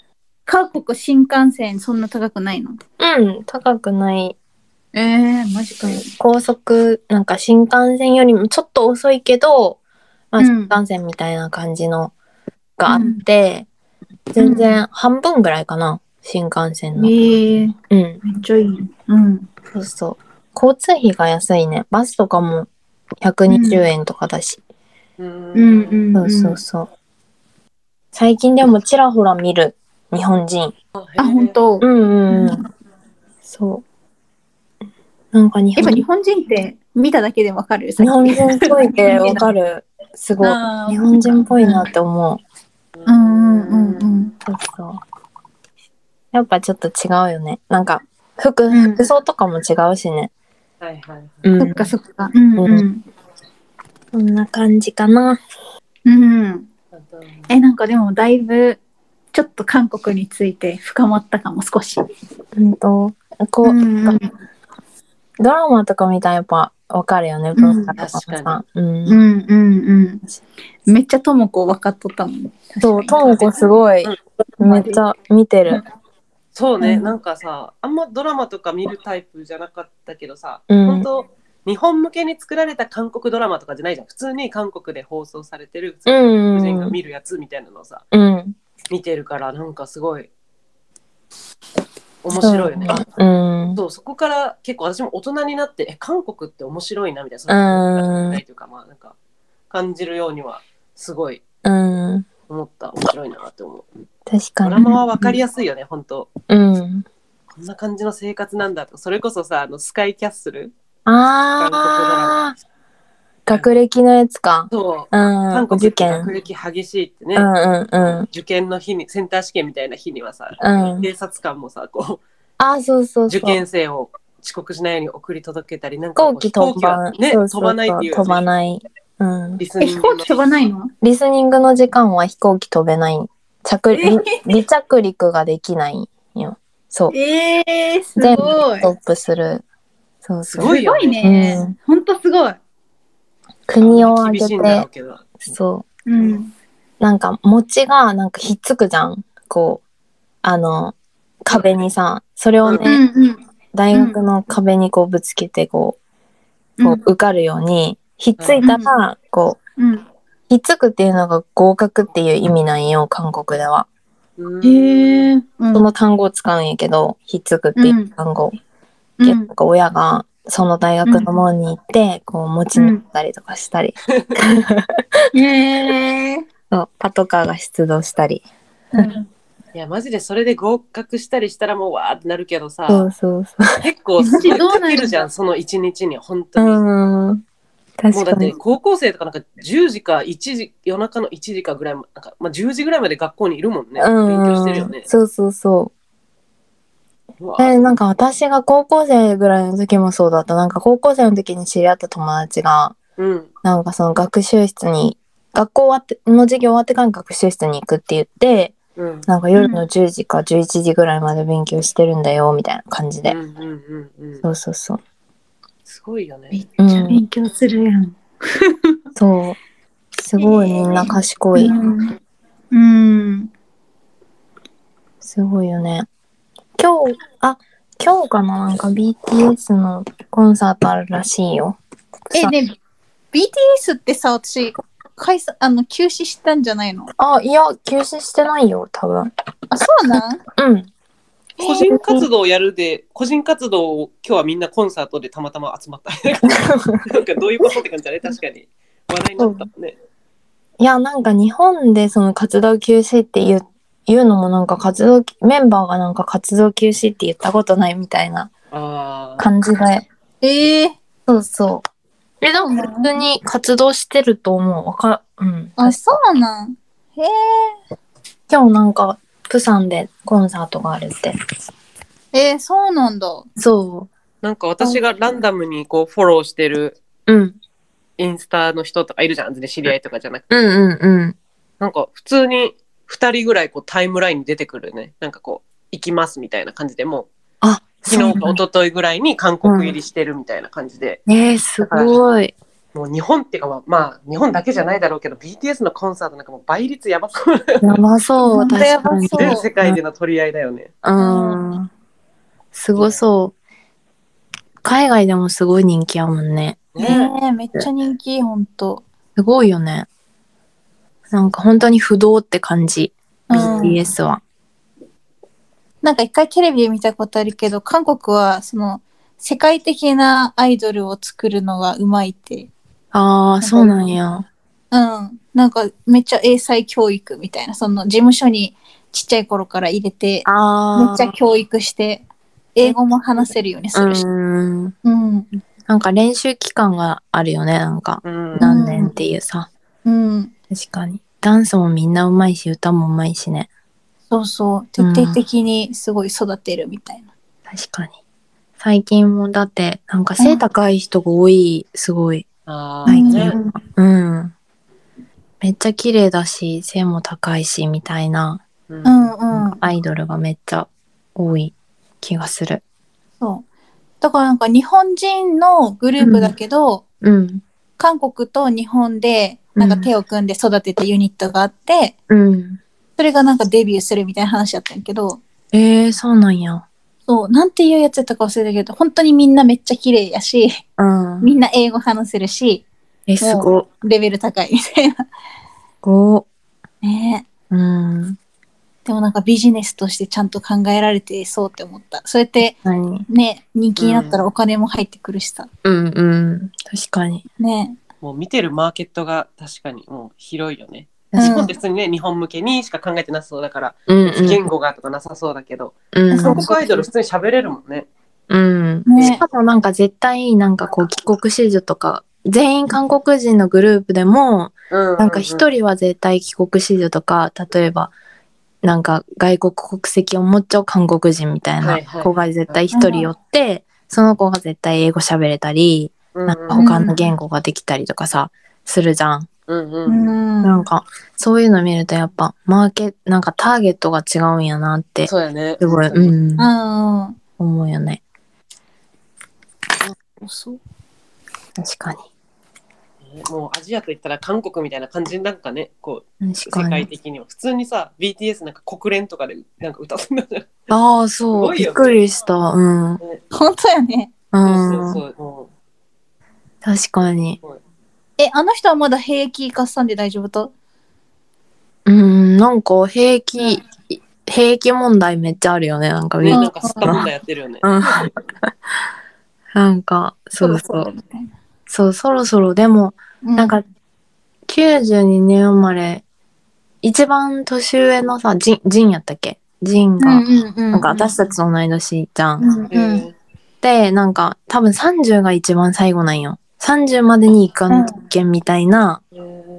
Speaker 2: 韓国新幹線そんな高くないの
Speaker 1: うん高くない
Speaker 2: ええマジかよ。
Speaker 1: 高速なんか新幹線よりもちょっと遅いけど、まあ、
Speaker 2: うん
Speaker 1: 新幹線みたいな感じのがあって、全然半分ぐらいかな新幹線の、う
Speaker 2: ええ
Speaker 1: ん
Speaker 2: めっちゃいい。うん。
Speaker 1: そうそう交通費が安いねバスとかも120円とかだし、
Speaker 3: う
Speaker 2: う
Speaker 3: ん
Speaker 2: んうん、
Speaker 1: そうそうそう、最近でもちらほら見る日本人
Speaker 2: あ、本。
Speaker 1: う
Speaker 2: 当。
Speaker 1: んうん、うん、そうなんか日
Speaker 2: やっぱ
Speaker 1: 本
Speaker 2: 日本人って見ただけでわかる。
Speaker 1: 日本人っぽい ってわかるすごい
Speaker 2: あー
Speaker 1: 日本人っぽいなって思う
Speaker 2: うんうんうんうん。
Speaker 1: そうそう。やっぱちょっと違うよね。なんか服、
Speaker 2: うん
Speaker 1: 服装とかも違うしね。
Speaker 3: はいはい。
Speaker 1: うん
Speaker 2: そっかそっか。うんうん。
Speaker 1: こんな感じかな。
Speaker 2: うん。え、なんかでもだいぶ、ちょっと韓国について深まったかも少し。
Speaker 1: うんと、こう、
Speaker 2: うんうん
Speaker 1: ドラマとか見たらやっぱわかるよね、文化とかも
Speaker 3: 確
Speaker 1: さ
Speaker 3: か。
Speaker 1: うん。
Speaker 2: うんうんうん。めっちゃともこ分かっとったもん。
Speaker 1: そう、ともこす
Speaker 2: い。
Speaker 1: ごい、
Speaker 2: うん
Speaker 1: めっちゃ見てる。
Speaker 3: そう
Speaker 2: う
Speaker 3: ね、
Speaker 2: ん
Speaker 3: なんかさ、あんまドラマとか見るタイプじゃなかったけどさ、
Speaker 1: うん
Speaker 3: 本当日本向けに作られた韓国ドラマとかじゃないじゃん。普通に韓国で放送されてる普通
Speaker 1: う
Speaker 3: の
Speaker 1: ん
Speaker 3: 人
Speaker 1: う
Speaker 3: が
Speaker 1: ん。
Speaker 3: 見るやつみたいなのをさ、
Speaker 1: うん。
Speaker 3: 見てるから、なんかすごい面白いよね。
Speaker 1: うん。
Speaker 3: そうそこから結構私も大人になってえ韓国って面白いなみたいなそ
Speaker 1: うん
Speaker 3: のというかまあなんか感じるようにはすごい
Speaker 1: うん。
Speaker 3: 思った面白いなって思う
Speaker 1: 確
Speaker 3: ド
Speaker 1: か
Speaker 3: ラ
Speaker 1: に。
Speaker 3: マは分かりやすいよね本当
Speaker 1: うん。
Speaker 3: こんな感じの生活なんだとかそれこそさあのスカイキャッスル
Speaker 1: ああ。学歴のやつか。
Speaker 3: そ
Speaker 1: う
Speaker 3: う
Speaker 1: ん。
Speaker 3: 韓
Speaker 1: お
Speaker 3: 国
Speaker 1: 受
Speaker 3: って
Speaker 1: 験
Speaker 3: 学。歴激しいってね、
Speaker 1: うんうんうん。
Speaker 3: 受験の日にセンター試験みたいな日にはさ、
Speaker 1: うん
Speaker 3: 警察官もさこ
Speaker 1: あー、そうそううそう。
Speaker 3: 受験生を遅刻しないように送り届けたりなん
Speaker 1: 飛
Speaker 3: かこう
Speaker 1: 行機飛ば,、
Speaker 3: 飛行機は
Speaker 1: そ
Speaker 3: ね
Speaker 1: うそうそう
Speaker 3: 飛ばないっていう
Speaker 1: 飛ばない、うん、
Speaker 3: リス
Speaker 2: え、
Speaker 3: ニン
Speaker 2: 飛
Speaker 3: グ
Speaker 2: 行
Speaker 3: の
Speaker 2: 機飛ばないの
Speaker 1: リスニングの時間は飛行機飛べない着
Speaker 2: え
Speaker 1: 離 離着陸ができないよそう
Speaker 2: えー、す
Speaker 1: 全部
Speaker 2: ごい
Speaker 1: ス。トップするそう
Speaker 3: す
Speaker 1: そう
Speaker 3: ごい
Speaker 2: す
Speaker 3: よ
Speaker 2: ご
Speaker 3: ね
Speaker 2: いね
Speaker 1: うん。
Speaker 2: ほんとすごい。
Speaker 1: 国を挙げ
Speaker 3: 厳しいんだろ
Speaker 1: て
Speaker 3: うけど
Speaker 1: そ
Speaker 2: うん。
Speaker 1: うなんか餅がなんかひっつくじゃんこうあの壁にさそれをね、
Speaker 2: うんうん
Speaker 1: 大学の壁にこうぶつけてこう,、
Speaker 2: う
Speaker 1: こ
Speaker 2: ん
Speaker 1: う受かるようにひっついたらこう
Speaker 2: うん。
Speaker 1: ひっつくっていうのが合格っていう意味なんよ韓国では。
Speaker 3: うん
Speaker 2: へえ。うん
Speaker 1: その単語を使うんやけど、ひっつくっていう単語。
Speaker 2: う
Speaker 1: でなんんか親がその大学の門に行って、こう持ち乗ったりとかしたり、
Speaker 2: へえ。
Speaker 1: そうパトカーが出動したり。
Speaker 2: うん
Speaker 3: いやマジでそれで合格したりしたらもうわーってなるけど
Speaker 1: そ
Speaker 3: さ
Speaker 1: うそうそう。
Speaker 3: 結構
Speaker 2: マジどうなるんだ
Speaker 3: かけるじゃんその一日に本当に、
Speaker 1: うーん。
Speaker 3: もう
Speaker 1: 確
Speaker 3: だっ
Speaker 1: か
Speaker 3: て
Speaker 1: に。
Speaker 3: 高校生とかなんか10時か1時夜中の1時かぐらいまなんか、まあ、10時ぐらいまで学校にいるもんね、勉強してるよ
Speaker 1: うん
Speaker 3: ね。
Speaker 1: そうそうそう
Speaker 3: わ
Speaker 1: う。え、なんか私が高校生ぐらいの時もそうだった。なんか高校生の時に知り合った友達が、
Speaker 3: うん
Speaker 1: なんかその学習室に、学校終わって、の授業終わってから学習室に行くって言って、
Speaker 3: うん
Speaker 1: なんか夜の10時か11時ぐらいまで勉強してるんだよ、みたいな感じで。
Speaker 3: うんうんうんう
Speaker 1: そ
Speaker 3: ん
Speaker 1: うそうそう。
Speaker 3: すごいよね
Speaker 2: めっちゃ勉強するやん。
Speaker 1: そう。すごいみんな賢い。
Speaker 2: うんうん。
Speaker 1: すごいよね。今日、あ、今日かななんか BTS のコンサートあるらしいよ。
Speaker 2: え、
Speaker 1: さ
Speaker 2: ね、BTS ってさ、私、解散、あの、休止したんじゃないの
Speaker 1: あ、いや、休止してないよ、多分。
Speaker 2: あ、そうなん
Speaker 1: うん。
Speaker 3: 個人活動をやるで個人活動を今日はみんなコンサートでたまたま集まった なんかどういうことって感じだね確かに話題になったもんね、
Speaker 1: いや、なんか日本でその活動休止って言う言うのもなんか活動、メンバーがなんか活動休止って言ったことないみたいな
Speaker 3: ああ
Speaker 1: 感じで。
Speaker 2: ええ。
Speaker 1: そうそう。え、でも普通に活動してると思う。わか、うん。
Speaker 2: あ、そうなんへえ。
Speaker 1: 今日なんか、プサンでコンサートがあるって。
Speaker 2: えー、そうなんだ。
Speaker 1: そ
Speaker 3: なんか私がランダムにこうフォローしてる
Speaker 1: う。うん。
Speaker 3: インスタの人とかいるじゃん、全然知り合いとかじゃなくて。
Speaker 1: うんうんうん。
Speaker 3: なんか普通に2人ぐらいこうタイムラインに出てくるね。なんかこう、行きますみたいな感じでも
Speaker 1: あ、
Speaker 3: う、
Speaker 1: そ
Speaker 3: 昨日か
Speaker 1: うなんだ
Speaker 3: 一昨日ぐらいに韓国入りしてるみたいな感じで、
Speaker 1: ねえ、すごい。
Speaker 3: もう日本っていうかまあ、まあ、日本だけじゃないだろうけど、BTS のコンサートなんかもう倍率やばく、
Speaker 1: やばそう、
Speaker 2: 本当
Speaker 1: 確
Speaker 2: やば
Speaker 1: かに。
Speaker 2: そう
Speaker 3: 全世界での取り合いだよね。
Speaker 1: うん。すごそう。海外でもすごい人気やもんね。
Speaker 3: ね
Speaker 2: ねえめっちゃ人気ほんと、
Speaker 1: すごいよね。なんか本当に不動って感じ、
Speaker 2: うん、
Speaker 1: BTS は。
Speaker 2: なんか一回テレビで見たことあるけど韓国はその世界的なアイドルを作るのがうまいって
Speaker 1: ああ、そうなんや。
Speaker 2: うんなんかめっちゃ英才教育みたいなその事務所にちっちゃい頃から入れて
Speaker 1: ああ。
Speaker 2: めっちゃ教育して英語も話せるようにするし、
Speaker 1: うん。
Speaker 2: うん
Speaker 1: なんか練習期間があるよね、なんか。
Speaker 3: うん
Speaker 1: 何年っていうさ。
Speaker 2: うん、
Speaker 1: 確かに。ダンスもみんなうまいし、歌もうまいしね。
Speaker 2: そうそう徹底的にすごい育てるみたいな、
Speaker 1: 確かに。最近もだって、なんか背高い人が多い、すごい。
Speaker 3: あー
Speaker 1: 最近
Speaker 3: ね
Speaker 1: は。うん。めっちゃ綺麗だし、背も高いし、みたいな
Speaker 3: うん
Speaker 2: うん、うん
Speaker 1: アイドルがめっちゃ多い気がする。
Speaker 2: そうだからなんか日本人のグループだけど、
Speaker 1: うん。
Speaker 2: 韓国と日本でなんか手を組んで育てたユニットがあって、
Speaker 1: うん。
Speaker 2: それがなんかデビューするみたいな話だったんやけど、
Speaker 1: ええー、そうなんや。
Speaker 2: そう、なんていうやつやったか忘れたけど、本当にみんなめっちゃ綺麗やし、
Speaker 1: うん。
Speaker 2: みんな英語話せるし、
Speaker 1: え、すごっ。
Speaker 2: レベル高いみたいな。
Speaker 1: ごっ。
Speaker 2: ねえ
Speaker 1: うん。
Speaker 2: でもなんかビジネスとしてちゃんと考えられてそうって思った。そうやって
Speaker 1: 何
Speaker 2: ね、人気になったらお金も入ってくるしさ。
Speaker 1: うんうん。確かに。
Speaker 2: ね
Speaker 3: もう見てるマーケットが確かにもう広いよね。
Speaker 2: うん
Speaker 3: 日本って普通にね、日本向けにしか考えてなさそうだから、
Speaker 1: うん
Speaker 3: 言語がとかなさそうだけど、
Speaker 1: うん。うん
Speaker 2: そ
Speaker 3: 韓
Speaker 2: こ
Speaker 3: 国アイドル普通に喋れるもんね。
Speaker 1: うん。
Speaker 2: ね
Speaker 1: しかもなんか絶対なんかこう帰国子女とか、全員韓国人のグループでも、
Speaker 3: う
Speaker 1: なんか一人は絶対帰国子女とか、例えば、なんか外国国籍を持っちゃう韓国人みたい
Speaker 3: は
Speaker 1: ない
Speaker 3: はい
Speaker 1: 子が絶対一人寄って、その子が絶対英語喋れたり、
Speaker 3: うん
Speaker 1: なんか他の言語ができたりとかさ、するじゃん。
Speaker 3: うんう
Speaker 2: え。
Speaker 3: ん
Speaker 2: ん
Speaker 1: なんか、そういうの見るとやっぱ、マーケ、なんかターゲットが違うんやなって、す
Speaker 3: そうやね。
Speaker 1: ごい、うん、
Speaker 2: うん。
Speaker 1: 思うよね。
Speaker 2: そう。
Speaker 1: 確か
Speaker 3: もうアジアといったら韓国みたいな感じなんかね、こ
Speaker 1: に。
Speaker 3: う
Speaker 1: 確
Speaker 3: 世
Speaker 1: か
Speaker 3: 界
Speaker 1: に。
Speaker 3: 的には普通にさ、BTS なんか国連とかでなんか歌ってんだじゃん。
Speaker 1: ああ、
Speaker 3: す
Speaker 1: そ
Speaker 3: ご
Speaker 1: う。
Speaker 3: いよね
Speaker 1: びっくりした。うん。うん。
Speaker 2: 本当やね。
Speaker 3: そうそうそう。も
Speaker 1: 確かに。
Speaker 2: え、あの人はまだ兵役合算で大丈夫と
Speaker 1: うん、なんか、兵器、兵器問題めっちゃあるよね。なんか、
Speaker 3: うね、
Speaker 1: みん
Speaker 3: なん
Speaker 1: な。
Speaker 3: か吸ったもんだやってるよね。
Speaker 1: うん。なんか、そうそ
Speaker 2: ろろ
Speaker 1: う。
Speaker 2: みたいな。
Speaker 1: そう、そろそろ、でも、
Speaker 2: う
Speaker 1: なん、か、92年生まれ、一番年上のさ、ジン、ジンやったっけジンが、
Speaker 2: な
Speaker 1: なんか私たちと同い年じゃん。
Speaker 2: うん
Speaker 3: う
Speaker 2: うん
Speaker 3: ん
Speaker 1: で、なんか、多分30が一番最後なんよ。30までに一貫特権みたいな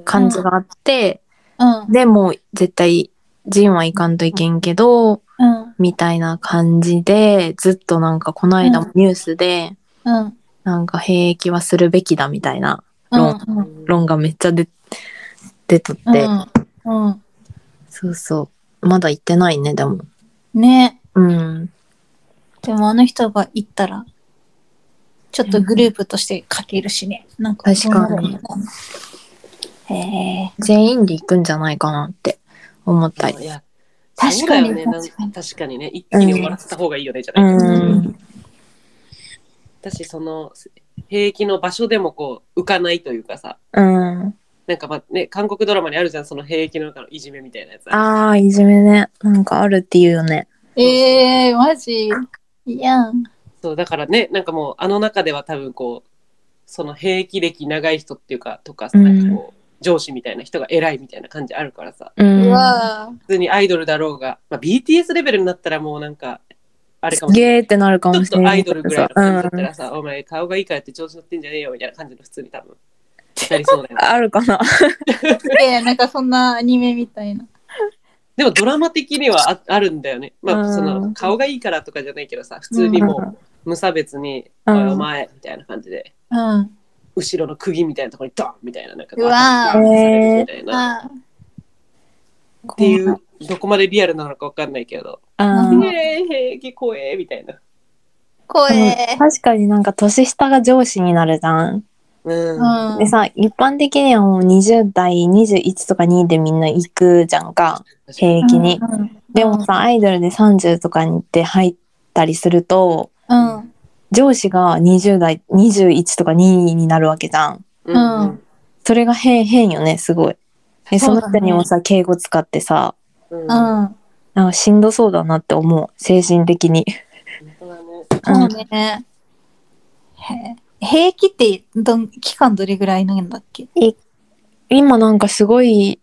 Speaker 1: 感じがあって、
Speaker 2: うん
Speaker 1: でも絶対、ジンは行かんといけんけど、
Speaker 2: うん
Speaker 1: みたいな感じで、ずっとなんかこの間もニュースで、
Speaker 2: うん
Speaker 1: なんか兵役はするべきだみたいな論,、
Speaker 2: うん
Speaker 1: 論がめっちゃ出、出とって、
Speaker 2: うんうん
Speaker 1: そうそう。まだ行ってないね、でも。
Speaker 2: ね
Speaker 1: うん。
Speaker 2: でもあの人が行ったらちょっとグループとして書けるしねなんか
Speaker 1: 確かに
Speaker 2: へえ
Speaker 1: 全員で行くんじゃないかなって思ったり
Speaker 3: い。や
Speaker 2: 確かに
Speaker 3: そうだよねなん
Speaker 2: 確かに
Speaker 3: 確かにね、一気に終わらせた方がいいよね、じゃ
Speaker 1: う
Speaker 3: ない
Speaker 1: ん。
Speaker 3: 私、その、兵役の場所でもこう、浮かないというかさ、
Speaker 1: うん。
Speaker 3: なんかまあね、韓国ドラマにあるじゃん、その兵役の中のいじめみたいなやつ。
Speaker 1: ああ、いじめね。なんかあるっていうよね。
Speaker 2: ええマジいやん
Speaker 3: そうだからねなんかもうあの中では多分こうその兵役歴長い人っていうかとかさ、
Speaker 1: うん
Speaker 3: なんかこう上司みたいな人が偉いみたいな感じあるからさ
Speaker 1: う。
Speaker 2: うんわ
Speaker 3: 普通にアイドルだろうが、まあ、BTS レベルになったらもうなんかあれかも
Speaker 1: す
Speaker 3: しれない
Speaker 1: げーってなるか
Speaker 3: ちょ
Speaker 1: も
Speaker 3: っ
Speaker 1: しれ
Speaker 3: と
Speaker 1: な
Speaker 3: アイ
Speaker 1: いけ
Speaker 3: ド
Speaker 1: ど
Speaker 3: ルぐらい
Speaker 1: さ
Speaker 3: の感じだっ
Speaker 1: う
Speaker 3: た
Speaker 1: ん
Speaker 3: らさ、お前顔がいいからって調子乗ってんじゃねえよみたいな感じの普通に多分なりそうだよ ね
Speaker 1: あるかな。
Speaker 2: ええなんかそんなアニメみたいな
Speaker 3: でもドラマ的にはああるんだよねま
Speaker 1: う
Speaker 3: あ
Speaker 1: ん
Speaker 3: その顔がいいからとかじゃないけどさ普通にもう無差別に「
Speaker 1: うん
Speaker 3: おいお前」みたいな感じで
Speaker 2: うん
Speaker 3: 後ろの釘みたいなところにドンみたいななんか
Speaker 2: うわー
Speaker 3: 当たってみたいな、
Speaker 2: あ
Speaker 1: っ
Speaker 3: っていうどこまでリアルなのかわかんないけど
Speaker 1: う
Speaker 3: 「
Speaker 1: ん。
Speaker 3: イエーイ平気怖え」みたいな、
Speaker 2: 声
Speaker 1: でも確かになんか年下が上司になるじゃん。
Speaker 3: うん
Speaker 2: うん
Speaker 1: でさ、一般的にはもう20代、21とか2でみんな行くじゃんか、兵役に。
Speaker 2: うん
Speaker 1: でもさ、アイドルで30とかに行って入ったりすると、
Speaker 2: うん
Speaker 1: 上司が20代21とか2になるわけじゃん
Speaker 3: うんうん
Speaker 2: うん
Speaker 1: それが変変よねすごいえそ
Speaker 2: そう
Speaker 1: の
Speaker 2: だね
Speaker 1: 人にもさ敬語使ってさ
Speaker 3: うん
Speaker 2: う
Speaker 3: 本
Speaker 2: ん。
Speaker 1: なんかしんどそうだなって思う精神的に
Speaker 3: 当だね
Speaker 2: そうね。へ平気ってどん期間どれぐらいなんだっけ
Speaker 1: 今なんかすごい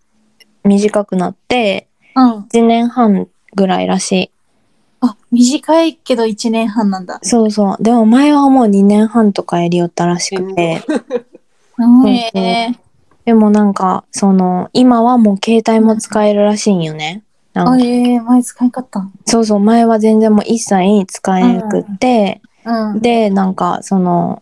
Speaker 1: 短くなって
Speaker 2: うん。
Speaker 1: 1年半ぐらいらしい
Speaker 2: あ、短いけど1年半なんだ。
Speaker 1: そうそうでも前はもう2年半とかやりよったらしくて
Speaker 2: うん
Speaker 1: う
Speaker 2: へえ。
Speaker 1: でもなんかその今はもう携帯も使えるらしいんよねな
Speaker 2: あ
Speaker 1: んか
Speaker 2: ええ、前使いかった。
Speaker 1: そうそう前は全然もう一切使えなくって、
Speaker 2: うん。
Speaker 1: でなんかその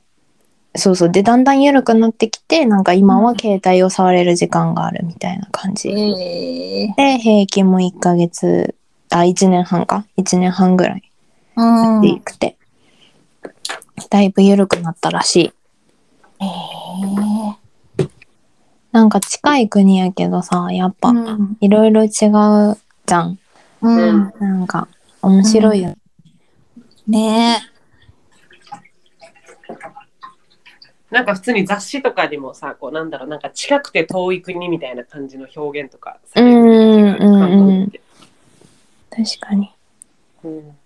Speaker 1: そうそうでだんだん緩くなってきてなんか今は携帯を触れる時間があるみたいな感じ、
Speaker 2: ええ。
Speaker 1: で平均も1ヶ月あ1年半か1年半ぐらい
Speaker 2: うん。
Speaker 1: でいくて、だいぶ緩くなったらしい
Speaker 2: ええ。
Speaker 1: なんか近い国やけどさやっぱ
Speaker 2: うん
Speaker 1: いろいろ違うじゃん
Speaker 2: うん。
Speaker 1: なんか面白いよ、ね
Speaker 2: ね
Speaker 3: なんか普通に雑誌とかにもさこうなんだろうなんか近くて遠い国みたいな感じの表現とかされる
Speaker 1: うんうん
Speaker 3: 韓国って
Speaker 1: 確かに
Speaker 3: うん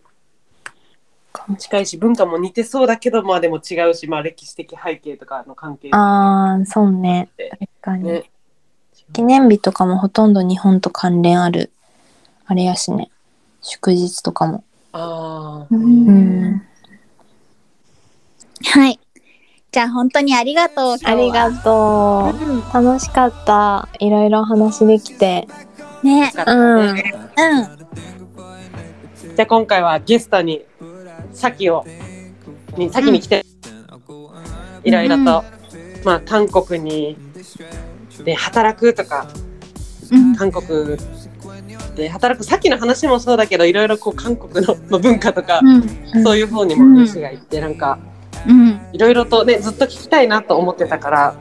Speaker 1: かもし
Speaker 3: 近いし文化も似てそうだけどまあでも違うしまあ歴史的背景とかの関係
Speaker 1: れないあーそうね
Speaker 3: で
Speaker 1: 確かに、
Speaker 3: ね
Speaker 1: 記念日とかもほとんど日本と関連あるあれやしね祝日とかも
Speaker 3: あ
Speaker 2: え。
Speaker 3: あ
Speaker 1: ん
Speaker 2: はい。じゃあ本当にありがとう。
Speaker 1: ありがと
Speaker 2: とうん。
Speaker 1: う楽しかったいろいろ話できて
Speaker 2: ね。
Speaker 1: うん
Speaker 2: う
Speaker 3: じゃあ今回はゲストに先をに先に来て、いろいろと、
Speaker 2: うん
Speaker 3: まあ韓国にで働くとか
Speaker 2: ん。
Speaker 3: 韓国で働くさっきの話もそうだけどいろいろこう韓国のまあ文化とか、
Speaker 2: うん。
Speaker 1: うん
Speaker 3: そういう方にも話がいって、なんか
Speaker 2: うん。
Speaker 3: いろいろとねずっと聞きたいなと思ってたから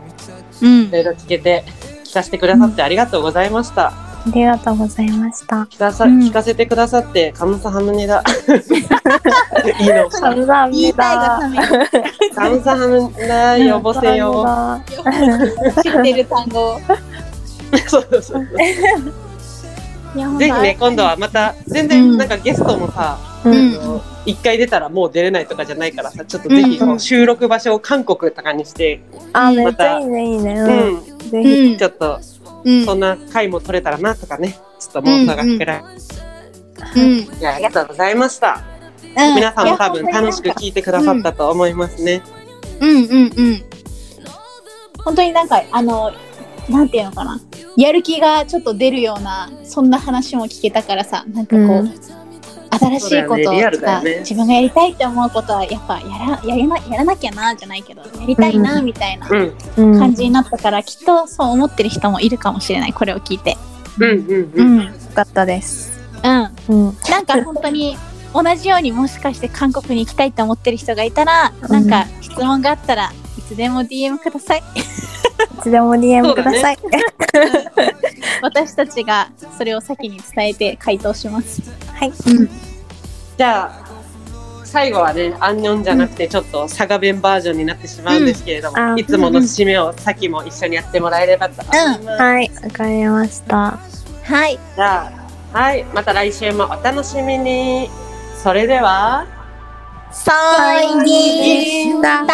Speaker 2: うん
Speaker 3: いろ。いろ聞けて聞かせてくださってありがとうございました。
Speaker 1: ありがとうございました
Speaker 3: 聞かさ、
Speaker 2: うん
Speaker 3: 聞かせてくださってカムサハムニだ いいの
Speaker 1: 감사합
Speaker 2: 言い
Speaker 1: 니
Speaker 2: たい
Speaker 1: 다
Speaker 2: がために
Speaker 3: カムサハムニだよぼせよ
Speaker 2: 知ってる単語を。
Speaker 3: そうそう
Speaker 2: いや、ほんと
Speaker 3: ぜひね、今度はまた全
Speaker 2: う
Speaker 3: 然
Speaker 2: ん
Speaker 3: なんかゲストもさ、
Speaker 1: う
Speaker 2: うん
Speaker 1: ん
Speaker 3: あの一回出たらもう出れないとかじゃないからさ、ちょっとぜひ
Speaker 2: うん
Speaker 3: もう収録場所を韓国とかにして、
Speaker 1: あ
Speaker 2: うん
Speaker 1: めっちゃいいねいいね
Speaker 3: う
Speaker 1: うん、
Speaker 3: ん、
Speaker 1: ぜ
Speaker 2: う
Speaker 1: ひ
Speaker 2: ん
Speaker 3: ちょっと
Speaker 2: うん
Speaker 3: そんな回も取れたらなとかね、ちょっともう長くらい、
Speaker 2: うん。
Speaker 3: いやありがとうございました。
Speaker 2: うん
Speaker 3: 皆さんも多分楽しく聞いてくださったと思いますね。
Speaker 2: うんうんうん。本当になんか、あの、なんていうのかな。やる気がちょっと出るような、そんな話も聞けたからさ、なんかこう、
Speaker 1: うん
Speaker 2: 新しいこ
Speaker 3: そうだよ
Speaker 2: と
Speaker 3: ねリアル
Speaker 2: と
Speaker 3: だよ
Speaker 2: か、
Speaker 3: ね
Speaker 2: 自分がやりたいって思うことは、やっぱやらやりなやらなきゃな、じゃないけど、やりたいな、みたいな
Speaker 3: うん、
Speaker 1: うん
Speaker 2: 感じになったから、きっとそう思ってる人もいるかもしれない、これを聞いて。
Speaker 3: うん、うん、う。
Speaker 1: うんんよかったです
Speaker 2: うん。
Speaker 1: うん
Speaker 2: なんか本当に同じようにもしかして韓国に行きたいと思ってる人がいたら、
Speaker 1: うん
Speaker 2: なんか質問があったらいつでも DM ください
Speaker 1: いつでも DM ください、
Speaker 2: 私たちがそれを先に伝えて回答します
Speaker 1: はい
Speaker 3: じゃあ最後はねアンニョンじゃなくてちょっと佐賀弁バージョンになってしまうんですけれど
Speaker 1: うん
Speaker 3: も、
Speaker 1: あー
Speaker 3: いつもの締めをさっきも一緒にやってもらえればと思います、じ
Speaker 1: はいわかりました
Speaker 2: はい
Speaker 3: ゃあはいまた来週もお楽しみにそれでは
Speaker 2: サイン
Speaker 1: でした